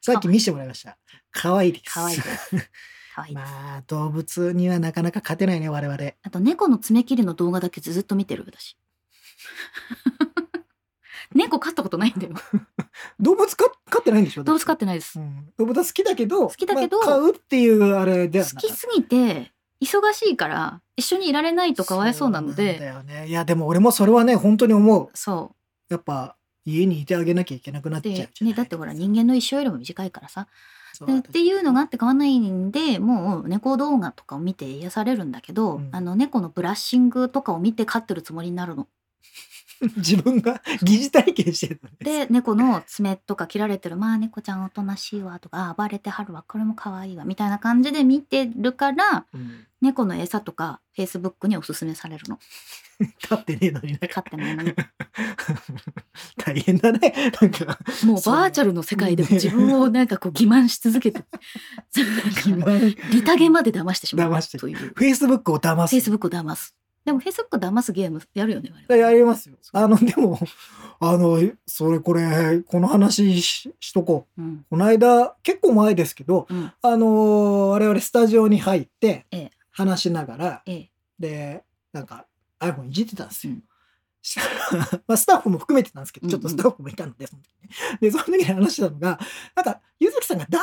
さっき見せてもらいました。可愛いです。
可愛いです。可愛いです。
まあ、動物にはなかなか勝てないね、我々。
あと猫の爪切りの動画だけずっと見てる 私。猫飼ったことないんだよ。
動物か飼ってないんでしょ
動物飼
か
ってないです。
うん、動物は好きだけど、
好きだけど
まあ飼うっていうあれではな
好
か
き
った
すぎて忙しいから一緒にいられないとかわいそうなの
そ
で、
うなんだよね。いや、でも俺もそれはね、本当に思う。
そ
やっぱ、家にいてあげなきゃいけなくなっ
う
ちゃうじゃ
で
ない
ねだってほら人間の一生よりも短いからさ。
そう
でっていうのがあって買わないんで、もう猫動画とかを見て癒されるんだけど、
うん
あの猫のブラッシングとかを見て飼ってるつもりになるの。
自分が疑似体験してるの
で
ね
猫の爪とか切られてる「まあ猫ちゃんおとなしいわ」とかあ「暴れてはるわこれも可愛いわ」みたいな感じで見てるから
うん
猫の餌とかフェイスブックにおすすめされるの
飼ってねえのにね。
飼ってないのに
大変だね。なんか、
もうバーチャルの世界でも自分をなんかこう欺瞞し続 けてそうなんか利他げまで騙してしま
騙
う
してる
というフ
フェイスブックを騙す。
ェイスブックを騙すでもフェイスブックを騙すゲームやるよね我々
やりますよ。あの、でも、あの、それこれ、この話ししとこう。
うん
この間、結構前ですけど、
うん
あの、我々スタジオに入って
ええ、
話しながら、
ええ
で、なんか iPhone いじってたんですよ。
うん
したまあスタッフも含めてなんですけど、ちょっとスタッフもいたので、その時ね。で、その時に話してたのが、なんか、ゆずきさんが段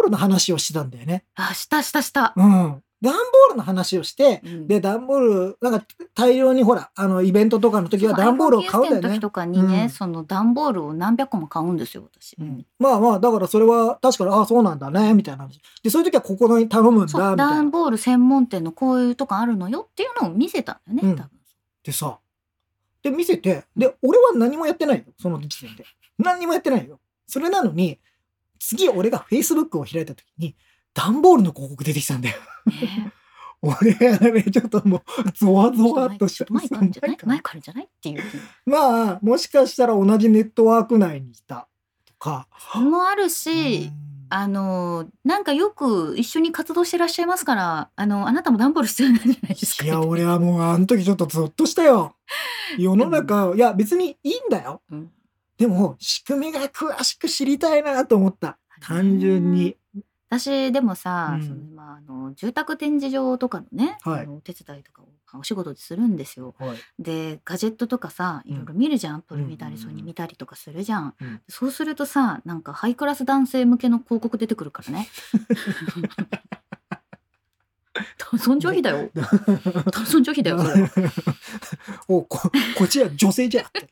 ボールの話をしてたんだよね。
あ、したしたした。
うん。段ボールの話をして、
うん
で、段ボール、なんか大量にほら、あの、イベントとかの時は段ボールを買うんだよ
の
ね
時。とかにね、
うん
その段ボールを何百個も買うんですよ、私。
うんまあまあ、だからそれは確かに、ああ、そうなんだね、みたいな話。で、そういう時はここに頼むんだ、み
そ
た
う、
いな
段。ボール専門店のこういうとこあるのよっていうのを見せたんだよ
う
ね、
ん
多分。
でさ、で、見せて、で、俺は何もやってないよ、その時点で。何にもやってないよ。それなのに、次俺が Facebook を開いた時に、段ボールの広告出てきたんだよ。
ね
俺、あれ、ちょっともう、ゾワゾワっとし
ちょ
た
っ。と前からじゃない
そう
前からじゃないっていう
まあ、もしかしたら同じネットワーク内にいたとか。
のもある
う
し、
ん
あのなんかよく一緒に活動してらっしゃいますからあのあなたも段ボール必要なんじゃないですか
いや、俺はもう、あの時ちょっとゾッとした よ。世の中、いや、別にいいんだよ。
うん
でも、仕組みが詳しく知りたいなと思った。単純に。
私でもさ、
うん
そのまあ、あの住宅展示場とかのね、
はい
あのお手伝いとかをお仕事でするんですよ。
はい
でガジェットとかさ
うん
いろいろ見るじゃん、アップル見た
う
り
んうんうん
ソニー見たりとかするじゃん、
うん
そうするとさなんかハイクラス男性向けの広告出てくるから ね。尊重費だ よ。尊重費だよ。 それは
おここっちは女性じゃって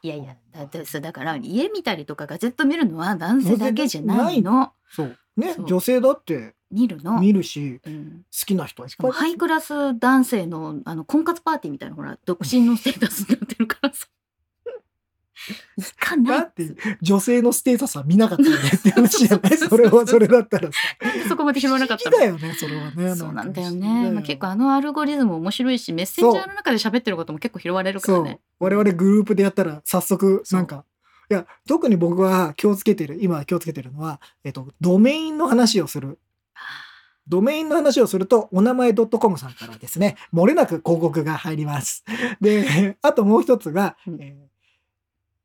いやいやだだそうだから家見たりとかガジェット見るのは男性だけじゃないの。
そうね
そう
女性だって
見るの。
見るし
うん
好きな人は
しかもハイクラス男性のあの婚活パーティーみたいなほら独身のステータスになってるから さ行かない
だって女性のステータスは見なかったよねって話じゃ ないそれはそれだったらさ
そこまで拾わなかった
不
の
思議だよねそれはね
そうなんだよ
か不思議
ね、まあ、結構
あ
あのアルゴリズム面白いしメッセンジャーの中で喋ってることも結構拾われるか
そ
ら
う
ね
我々グループでやったら早速なんかいや特に僕は気をつけてる今気をつけてるのは、えっと、ドメインの話をする
あ
ドメインの話をすると、お名前 .com さんからですね、漏れなく広告が入ります。 で、あともう一つが、
うん
えー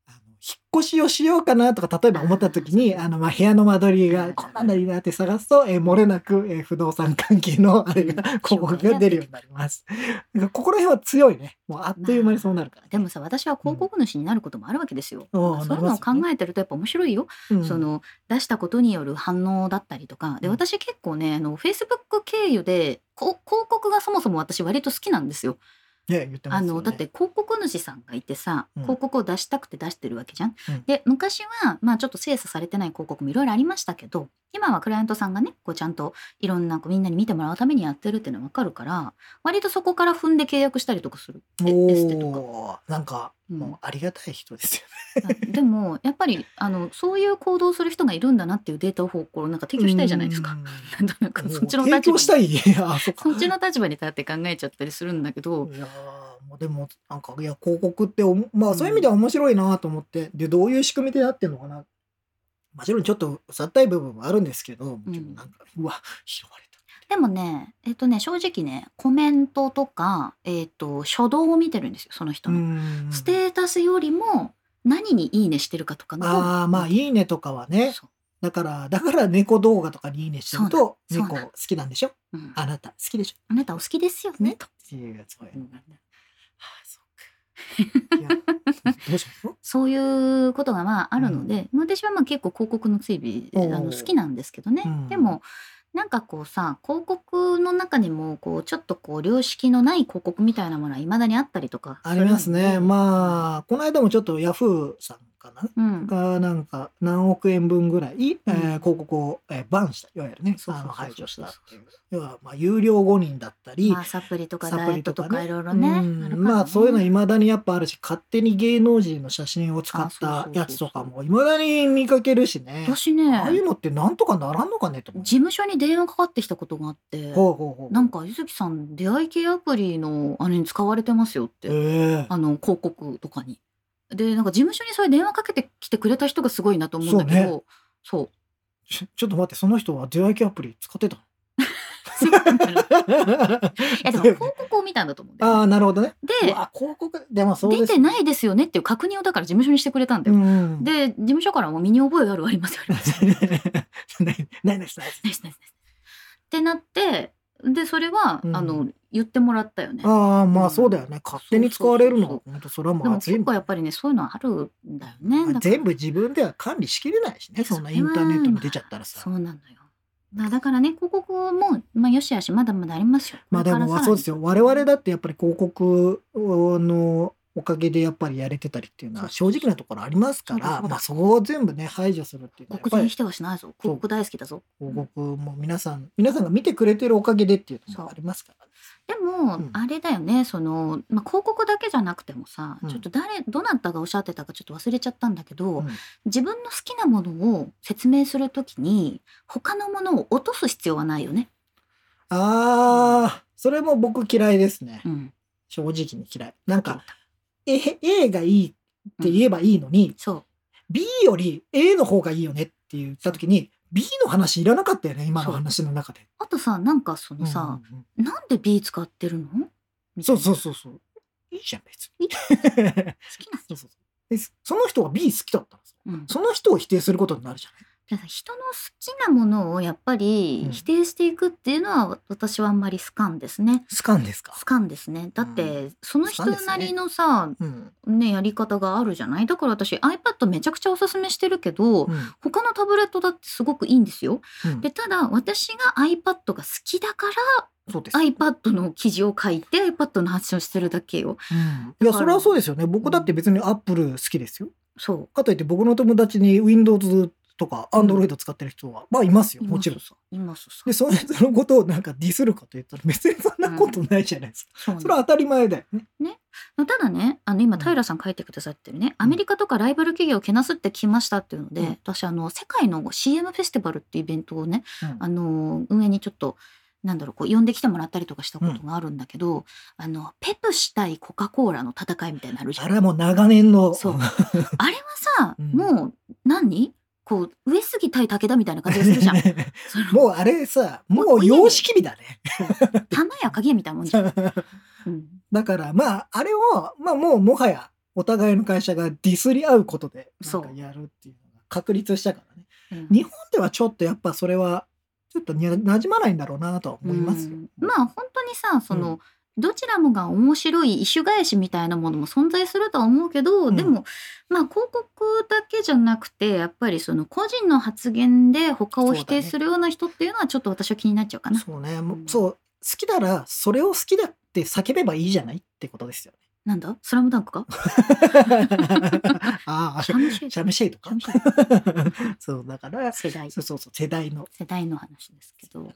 あの引っ越しをしようかなとか、例えば思った時に、あの、まあ、部屋の間取りがこんなんだいいなって探すと、えー漏れなく、えー不動産関係のあれ が、広告が出るようになります。 なんかここら辺は強いね。もうあっという間にそうなるから、
ーでも、さ私は広告主になることもあるわけですよ、
うん
まあそういうのを考えてるとやっぱ面白いよ
うん
そ、の出したことによる反応だったりとかで
うん
私結構ねあの Facebook 経由でこ広告がそもそも私割と好きなんですよ。
ね、言ってま
あ
すよね
のだって、広告主さんがいてさ
うん
広告を出したくて出してるわけじゃん。
うん
で昔は、まあ、ちょっと精査されてない広告もいろいろありましたけど今はクライアントさんがねこうちゃんといろんなこうみんなに見てもらうためにやってるっていうのは分かるから割とそこから踏んで契約したりとかする。えエステとか
おーなんか、
うん
もうありがたい人ですよね。
あでもやっぱりあのそういう行動する人がいるんだなっていうデータをこうなんか提供したいじゃないですか。
う ん。
なんとなくそっちの立場
提
に
供したい。あ、そっか。
そっちの立場に立って考えちゃったりするんだけど、
いやーもうでもなんかいや広告っておもま
う
あ
ん
そういう意味では面白いなと思って、でどういう仕組みでやってんのかなもちろんちょっとうさったい部分はあるんですけどもちろんなんか、うわ拾われ
でもね、えっとね、正直ね、コメントとか、えっと、初動を見てるんですよ、その人
た
の。
うん
ステータスよりも、何にいいねしてるかとかの方が。
ああまあ「いいね」とかはね
そう
だからだから猫動画とかに「いいね」してると
そうな
猫
の
好きなんでしょ
うんあ
あなた好きでし
なたお好きですよ
ょ
ね、
ね
と。
っていうやつは、
うん
あーそっかいやどうします
そういうことがまああるので、私はまあ結構広告の追
お
尾
ー
あの好きなんですけどね、
うん
でもなんかこうさ広告の中にもこうちょっとこう良識のない広告みたいなものはいまだにあったりとか
ありますね
あ、
まあこの間もちょっとヤフーさんかな
うん、
がなんか何億円分ぐらい、えー
うん
広告を、えーバンしたいわゆるね
そうそうそうそう
あの排除したっていう要はまあ有料誤認だったり、
まあ、サプリとか
サ
ダ
プ
イエッ
リ
ト
と
と
かね
かいろいろね
うん
あるからね
まあそういうのいまだにやっぱあるし勝手に芸能人の写真を使っ
あ
た
そうそうそうそう
やつとかもいまだに見かけるしね
私
ああい
ね
うのってなんとかならんのかねと思う
事務所に電話かかってきたことがあって
ほうほうほう
なんか柚木さん出会い系アプリのあれに使われてますよって、
ええ
あの広告とかに。でなんか事務所にそういう電話かけてきてくれた人がすごいなと思うんだけどそう,、
ちちょっと待ってその人は出会い系アプリ使ってたの
そうなん だろういやでも広告を見たんだと思うんだ
あ
よ。
あなるほどねう
で
わ広告でもそうです
出てないですよねっていう確認をだから事務所にしてくれたんだよ。
うん、
で事務所からも身に覚えがあるはありますよありますよ
ないないですないです
ナイスナイスナイスってなってでそれは、
うん
あの言ってもらったよね。
ああま
う
あ
ん
そうだよね勝手に使われる
そう
の
そう
本当それは
で
もう
も
熱い
結
も
構
ん
やっぱりねそういうのはあるんだよね。だから
全部自分では管理しきれないしねそんなインターネットに出ちゃったら
そ
さ
うなのよ。まあだからね広告もまあよしあしまだまだありますよ。
まあで
これか
も
らさらに
そうですよ我々だってやっぱり広告のおかげでやっぱりやれてたりっていうのは正直なところありますか
そうだ
ら
そうだ
まあそこを全部ね排除するっていうのはやっ
告
ぱ
人に
り
してはしないぞ。広告大好きだぞ。
広告も皆さん皆さんが見てくれてるおかげでっていうのもありますからね
でも、
うん
あれだよねその、まあ、広告だけじゃなくてもさ、
うん
ちょっと誰どなたがおっしゃってたかちょっと忘れちゃったんだけど、
うん
自分の好きなものを説明するときに他のものを落とす必要はないよね。
あーそれも僕嫌いですね
うん、
正直に嫌いなんかえ A がいいって言えばいいのに
そう
B より A の方がいいよねって言った時に B の話いらなかったよね今の話の中で。
あとさなんかそのさ、
うんうん
なんで B 使ってるの
うんそうそうそうそう。いいじゃん別に。
好きな
そうそうそうでその人が B 好きだったらさ
うん、
その人を否定することになるじゃない。
だから人の好きなものをやっぱり
うん
否定していくっていうのは私はあんまり好かんですね。
好かんですか
好かんですね。だってその人なりのさ、
うん。
ね、やり方があるじゃないだから私 iPad めちゃくちゃおすすめしてるけど、
うん
他のタブレットだってすごくいいんですよ。
うん
でただ私が iPad が好きだか
そうです。
ら iPad の記事を書いて iPad の発信をしてるだけよ。
うんいやそれはそうですよね。僕だって別に Apple 好きですよ。
そう。
かといって僕の友達に Windows とか Android 使ってる人はまあいますよもちろん。
さ今そうさ
で その人のことをなんかディスるかと言ったら別にそんなことないじゃないですか。
そうね
それは当たり前だよね。
ただねあの今
うん
平さん書いてくださってるね、アメリカとかライバル企業をけなすってきましたっていうので、
うん
私あの世界の CM フェスティバルっていうイベントをねあの運営にちょっとなんだろうこう呼んできてもらったりとかしたことがあるんだけど、あのペプシ対コカ・コーラの戦いみたいなのあるじゃん
あれはもう長年の。
そうあれはさ、
うん
もう何こう上杉対武田みたいな感じがするじゃ んその
もうあれさ、もう様式美だね。
玉や影みたいなもんじゃん、うん
だからまあ、あれを、まあもうもはやお互いの会社がディスり合うことで、な
そう
んかやるっていうのが確立したからね。
うん
日本ではちょっとやっぱそれは、ちょっとに馴染まないんだろうなとは思います
う
よ。
んまあ本当にさその、どちらもが面白い一種返しみたいなものも存在するとは思うけど、
うん
でもまあ広告だけじゃなくてやっぱりその個人の発言で他を否定するような人っていうのはちょっと私は気になっちゃうかな。
そうね、もう
うん
そう、好きならそれを好きだって叫べばいいじゃないってことですよね。
なんだスラムダンクか
ああ、
シ
シ
ャムシェイ
ャムシェイとか
シャム。シェイ
そう、だから、
世代
そうそうそう、世代の。
世代の話ですけど。
なん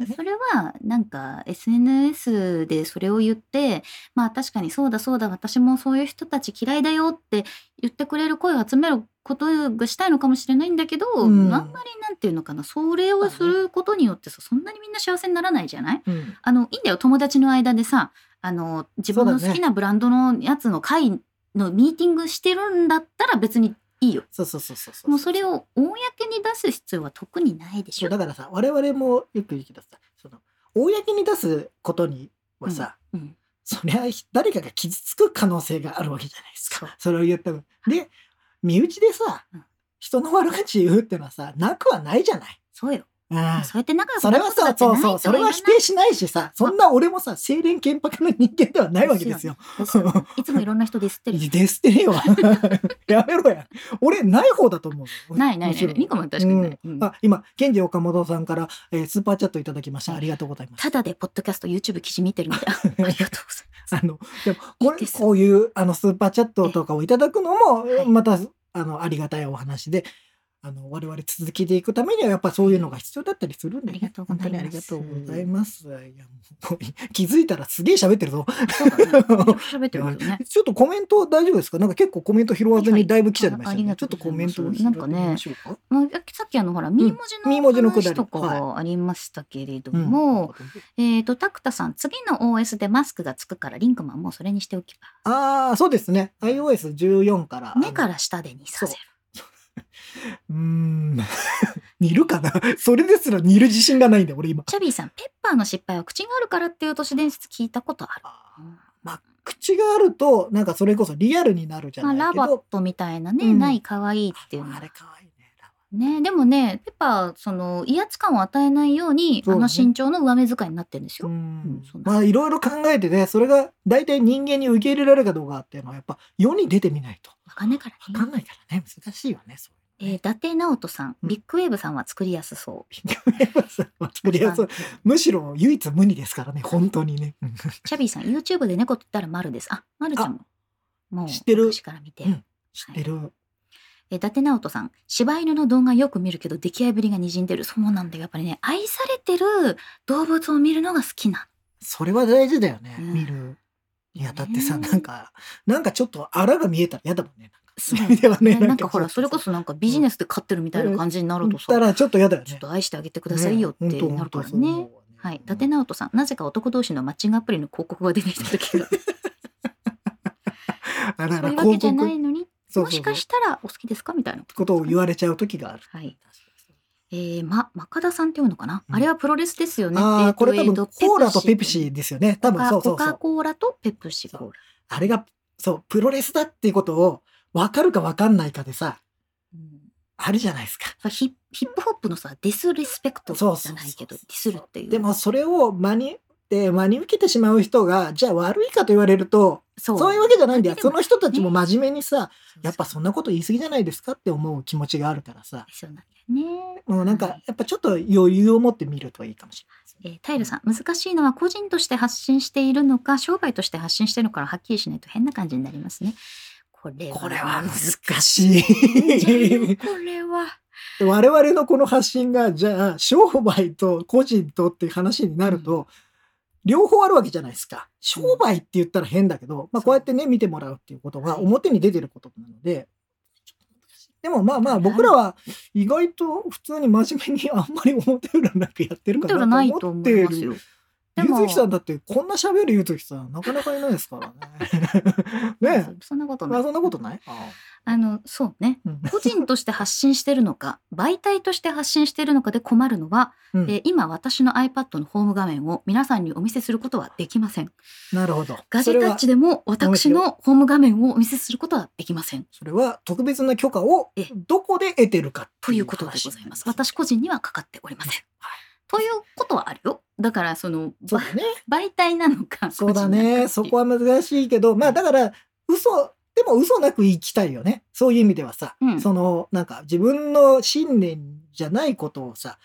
だね
それはなんか SNS でそれを言ってまあ確かにそうだそうだ私もそういう人たち嫌いだよって言ってくれる声を集めることがしたいのかもしれないんだけど、
うん
あんまりなんていうのかなそれをすることによってさそんなにみんな幸せにならないじゃない
うん
あのいいんだよ友達の間でさあの自分の好きなブランドのやつの会のミーティングしてるんだったら別にいいよ。
そうそうそうそうそう。
もうそれを公に出す必要は特にないでし
そう
ょ。
だからさ我々もよく言うけどさその公に出すことにはさ、
うん
そりゃ誰かが傷つく可能性があるわけじゃないです
そう
かそれを言ったの。で身内でさ、
うん
人の悪口言うってのはさなくはないじゃない。
そうよ。
うん
そうやって仲良く
そ
な
れ
るこ
は
とだっ
さ
てな
そ
いと
うそう
は
それは否定しないしさそんな俺もさ清廉潔白な人間ではないわけですよ。
ですよねいつもいろんな人ディスってるじ
デステレよ やめろや俺ない方だと思
ゃ。
うん
ないない
む
な
し
い
ろ
ない。ミカも確かにない。うん
あ今、ケンジ岡本さんから、えースーパーチャットいただきました。
はい
ありがとうございます。
ただでポッドキャスト、YouTube 記事見てるみたい。ああり がとうございます。
あの、でも、こ
いい
れ、
です
こういう、あの、スーパーチャットとかをいただくのも、
はい
また、あの、ありがたいお話で、あの、我々続けていくためには、やっぱそういうのが必要だったりするんで、ね、
ありがとうございます
本当にありがとうございます。いや、もう、 気づいたらすげえ喋ってるぞ。
そうだね。めちゃくちゃ喋ってるけどね。
ちょっとコメント大丈夫ですかなんか結構コメント拾わずにだいぶ来ちゃいました
ああ
ね
りが
ちょ
とう
っと
ご
コ
ざ
メ
い
ン
ます
トを拾って
なんか
み
ね
ましょ うか。
まあ、さっきあのほら、ミー文字の、
ミー文字のくだ
話
り
とか
は
ありましたけれど
うん
も、えっと、タクタさん、次の OS でマスクがつくから、リンクマンもうそれにしておけ
ああ、そうですね。iOS14 から。
ば、目から下でにさせる。
うーん。 似るかなそれですら似る自信がないんだよ、俺今。
チャビーさん、ペッパーの失敗は口があるからっていう都市伝説聞いたことある。
まあ、口があると、なんかそれこそリアルになるじゃ
まあ、
ない
ラ
け
バッ
ど。
トみたいなね、
うん
ない可愛いっていうの
あ
は
れ可愛いね。ラバ
ねでもねペッパーその威圧感を与えないように
そう
あ
ね
の身長の上目遣いになってるんですよ。
うん
うんそうなんです
まあいろいろ考えてねそれが大体人間に受け入れられるかどうかっていうのはやっぱ世に出てみないと
わかんないから
分か
ね。
んないからね難しいよねそう
えー、伊達直人さん、
うん
ビッグウェーブさんは作りやすそう。
ピンクウェーブさん は作りやすいむしろ唯一無二ですからね本当に ね、うん
チャビーさん、YouTube で猫って言ったら丸です。あ、丸ちゃんも。もう、
知ってる
昔から見て。
うん知ってる、
え、伊達直人さん、柴犬の動画よく見るけど、出来合いぶりが滲んでる。そうなんだよ。やっぱりね、愛されてる動物を見るのが好きな。
それは大事だよね、
うん
見るいやだってさ
ね
なんかなんかちょっとあらが見えたら嫌だもんね
そう
なんかではね
ね、なんかほら、それこ
そ
そなんかビジネスで飼ってるみたいな感じになると
た
さ、
らちょっと嫌だよね
ちょっと愛してあげてくださいよってなるからね。はい、伊達
な
直人さん、なぜか男同士のマッチングアプリの広告が出てきた時 が、
あら
そう
あら
いうわけ
広
じゃ
告
ないのに、
そうそうそう
もしかしたらお好きですかみたいな。
ことを言われちゃう時がある。
はい。えー、ま、マカダさんって読むのかな、
うん
あれはプロレスですよね。
ああ、これ多分、
えーと
コーラとペプシーですよね。多
コ
分、
カ
そうそ
コ
うそ
カ・
う。
コーラとペプシコーラ。
あれが、そう、プロレスだっていうことを、分かるか分かんないかでさ、
うん
あるじゃないですか。
まあヒップヒップホップのさ、ディスリスペクト
そう
じ
そ
ゃ
うそう
ないけど、ディスるっていう。
でも、それを真に、で真に受けてしまう人が、じゃあ悪いかと言われると、
そ
そういうわけじゃないんだよ。
で
そ
も
の人たちも真面目にさ、やっぱ
そう
そんなこと言い過ぎじゃないですかって思う気持ちがあるからさ、
そうなんだよね。
もうなん
は
か
い、
やっぱちょっと余裕を持って見るといいかもしれないですね。
えータイルさん、難しいのは個人として発信しているのか、商売として発信しているのかのはっきりしないと変な感じになりますね。これは。
これは 難し
じゃ
い
あ。これは。
我々のこの発信がじゃあ商売と個人とっていう話になると、両方あるわけじゃないですか商売って言ったら変だけど、まあ、こうやってね見てもらうっていうことが表に出てることなのででもまあまあ僕らは意外と普通に真面目にあんまり表裏なくやってる
見
か
たらな
ないい
と
と思っ
思
て
い
い
ます
る
よ。で
ゆ
も
ずきさんだってこんな喋るゆずきさんなかなかいないで すからね。ねえ、
そんなことな
ま
い。
あ、そんなことない
あの、そうね。
うん
個人として発信してるのか、媒体として発信してるのかで困るのは、
うん
えー今私の iPad のホーム画面を皆さんにお見せすることはできません。
なるほど。
ガジ
それ
ェタ
は
ッチでも私のホーム画面をお見せすることはできません。
それは特別な許可を
ええ
どこで得てるか
ということでございます。
話になり
私個人にはかかっておりません。ということはあるよ。だから、その、
そう
ば
だね。
媒体なのか。
そうだ
個人なの
ね。
か
そこは難しいけど、まあだから嘘でも嘘なく生きたいよね。そういう意味ではさ、
うん
そのなんか自分の信念じゃないことをさ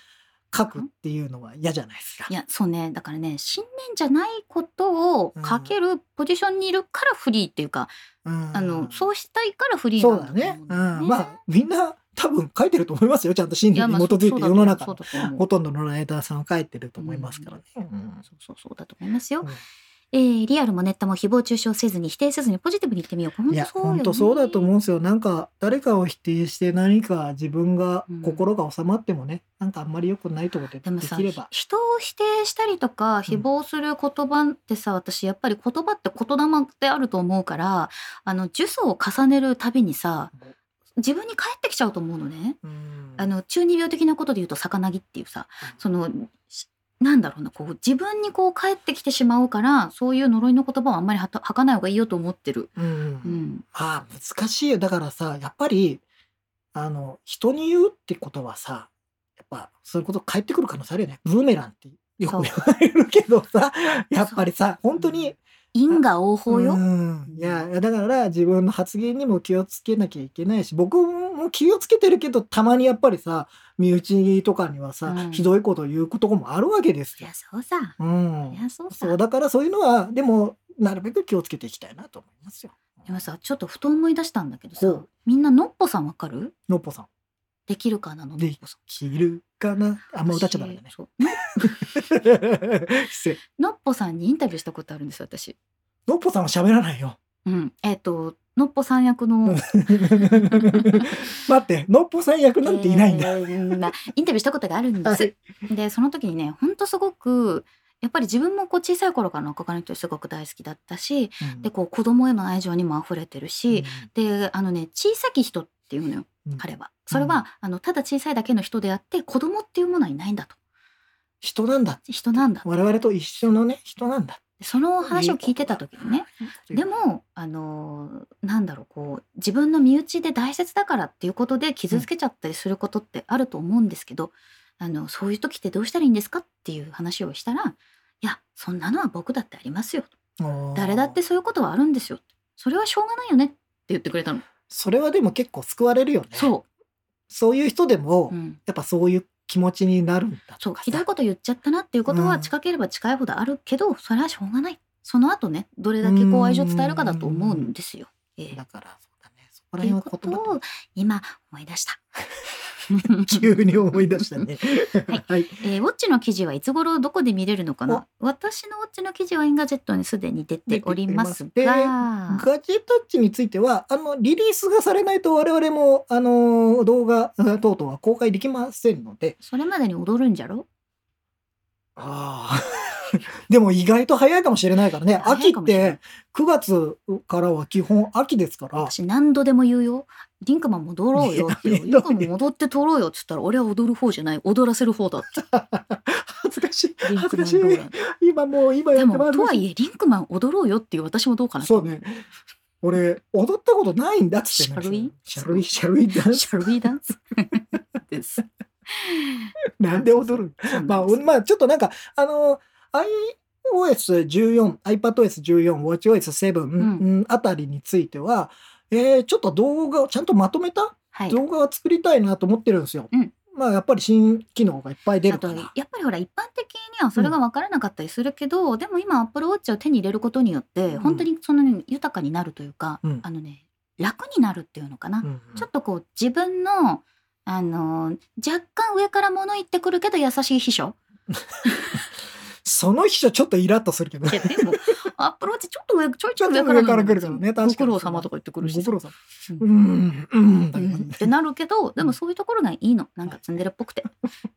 書くっていうのは嫌じゃないですか
い。やそうねだからね信念じゃないことをかけるポジションにいるからフリーっていうか、
うん
あのそうしたいからフリー
そう
なん
だ
だと
ね
思。うん
う
だよね。
ん、まあみんな多分書いてると思いますよ。ちゃんと信
いや
念に
まあ
基づいて世の中
そう
の
だと思
ほ
う
とんどのライターさんは書いてると思いますからね。うん
そうそうそうだと思いますよ。
うん
えーリアルもネットも誹謗中傷せずに否定せずにポジティブに言ってみよう。本
い
当
や
そうよ、ね。
本当そうだと思うんですよなんか誰かを否定して何か自分が
うん
心が収まってもね、なんかあんまり良くないとこ
で
でで
もさ
きれば
人を否定したりとか誹謗する言葉ってさ、私やっぱり言葉って言霊であると思うからあの呪詛を重ねるたびにさ自分に返ってきちゃうと思うのね。
うん
あの中二病的なことで言うと魚ぎっていうさそのしなんだろうなこう自分にこう返ってきてしまうからそういう呪いの言葉はあんまりはた吐かない方がいいよと思ってる。
うん
うん、
ああ難しいよだからさやっぱりあの人に言うってことはさやっぱそういうこと返ってくる可能性あるよねブーメランってよ
そう
く言われるけどさやっぱりさ本当に
因果応報よ。
うん、いやだから自分の発言にも気をつけなきゃいけないし僕も気をつけてるけどたまにやっぱりさ身内とかにはさ、
うん
ひどいこと言うこともあるわけです
そ
よ
りゃ。そうさ。そ
う
り
ん、
ゃそうさ。
そうだからそういうのはでもなるべく気をつけていきたいなと思いますよ。
でもさちょっとふと思い出したんだけど
ほ
さ
う
みんなのっぽさんわかる
のっぽさん
できるかなのっ
で
ぽさん。
着るかなあんま歌っちゃ ダメだね
私。そうの
失礼
のっぽさんにインタビューしたことあるんです私。
のっぽさんは喋らないよ。
うん、えっ、とのっぽさん役の
待ってのっぽさん役 なんていないんだ。
えーなインタビューしたことがあるんです。
はい
でその時にねほんとすごくやっぱり自分もこう小さい頃からの憧れの人すごく大好きだったし
うん
でこう子供への愛情にも溢れてるし、であのね小さき人っていうのよ
うん
彼は。それは、
うん
あのただ小さいだけの人であって子供っていうものはいないんだと
人なんだ
人なんだ
我々と一緒のね人なんだ
その話を聞いてた時にねでもあのーなんだろうこう自分の身内で大切だからっていうことで傷つけちゃったりすることってあると思うんですけど、あのそういう時ってどうしたらいいんですかっていう話をしたら「いやそんなのは僕だってありますよ」誰だってそういうことはあるんですよそれはしょうがないよね」って言ってくれたの。
それはでも結構救われるよね
そ
そういう人でも、
う、うん、
やっぱそういう気持ちになるんだ
そう
とか
ひどい
さ
こと言っちゃったなっていうこと
う
は
ん
近ければ近いほどあるけど、それはしょうがないその後ねどれだけこう愛情を伝えるかだと思うんですよ。ええ
だからそうだねそことら
いう
辺は
こ
言葉
とを今思い出 した。
急に思い出したね はい、
えー、ウォッチの記事はいつ頃どこで見れるのかな私のウォッチの記事はインガジェットにすでに出ております
出ており
が
ガジェタッチについてはあのリリースがされないと我々もあの動画うん等々は公開できませんので
それまでに踊るんじゃろ
ああ でも意外と早いかもしれないからね
早
秋
いか
っ
もしれない
て9月からは基本秋ですから
私何度でも言うよリンクマン戻ろうよって
い
よ
や
リンクマン戻って撮ろうよっつったら俺は踊る方じゃない踊らせる方だって
恥ずかしい
リン
恥
ク
ず
マ
か
ン
しい
ローラン
今もう今や
で
ってま
も
す
とはいえリンクマン踊ろうよっていう私もどうかな
そうね俺踊ったことないんだっつってんの
Shall we？
シャルイシャルイダンス
シャルビーダン スです
なんで踊る
そう
ま
な
あ、
んです
おまあ、ちょっとなんか、あの、iOS14、iPadOS14、WatchOS7、
ん
うんあたりについては、えーちょっと動画をちゃんとまとめた
はい
動画を作りたいなと思ってるんですよ。
うん
まあ、やっぱり新機能がいっぱい出
あ
る
と
か
や
ら。
っぱりほら一般的にはそれが分からなかったりするけど、でも今アップルウォッチを手に入れることによって
うん
本当にその、豊かになるというか、
うん
あのね楽になるっていうのかな、
うん
ちょっとこう自分のあのー若干上から物言ってくるけど優しい秘 書
その秘書ちょっとイラッとするけど
い。やでもアップルウォッチちょっと上ちょいちょい
ち
上
ょっ
か
と
ら
上から来るからね確かに
ご苦労様とか言ってくるし
ご苦労さん。
うん
うん、うん、だけ
う
ど
ん
ね
ってなるけどでもそういうところがいいのなんかツンデレっぽく て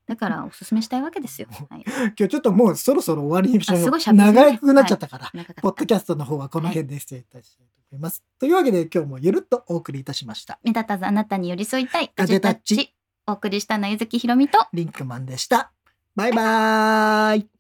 だからおすすめしたいわけですよ、はい、
今日ちょっともうそろそろ終わりにしよ
あすごい喋
う。
りづらい
長くなっちゃったから。
長かった
ポッドキャストの方はこの辺で失礼いたしたいと思います。というわけで今日もゆるっとお送りいたしました。
目立たずあなたに寄り添いたい
ガ
ガ
ジ
ジ
ェ
ェ
タ
タ
ッ
ッ
チ
チお送りしたのはゆずきひろみと
リンクマンでした。バイバーイ。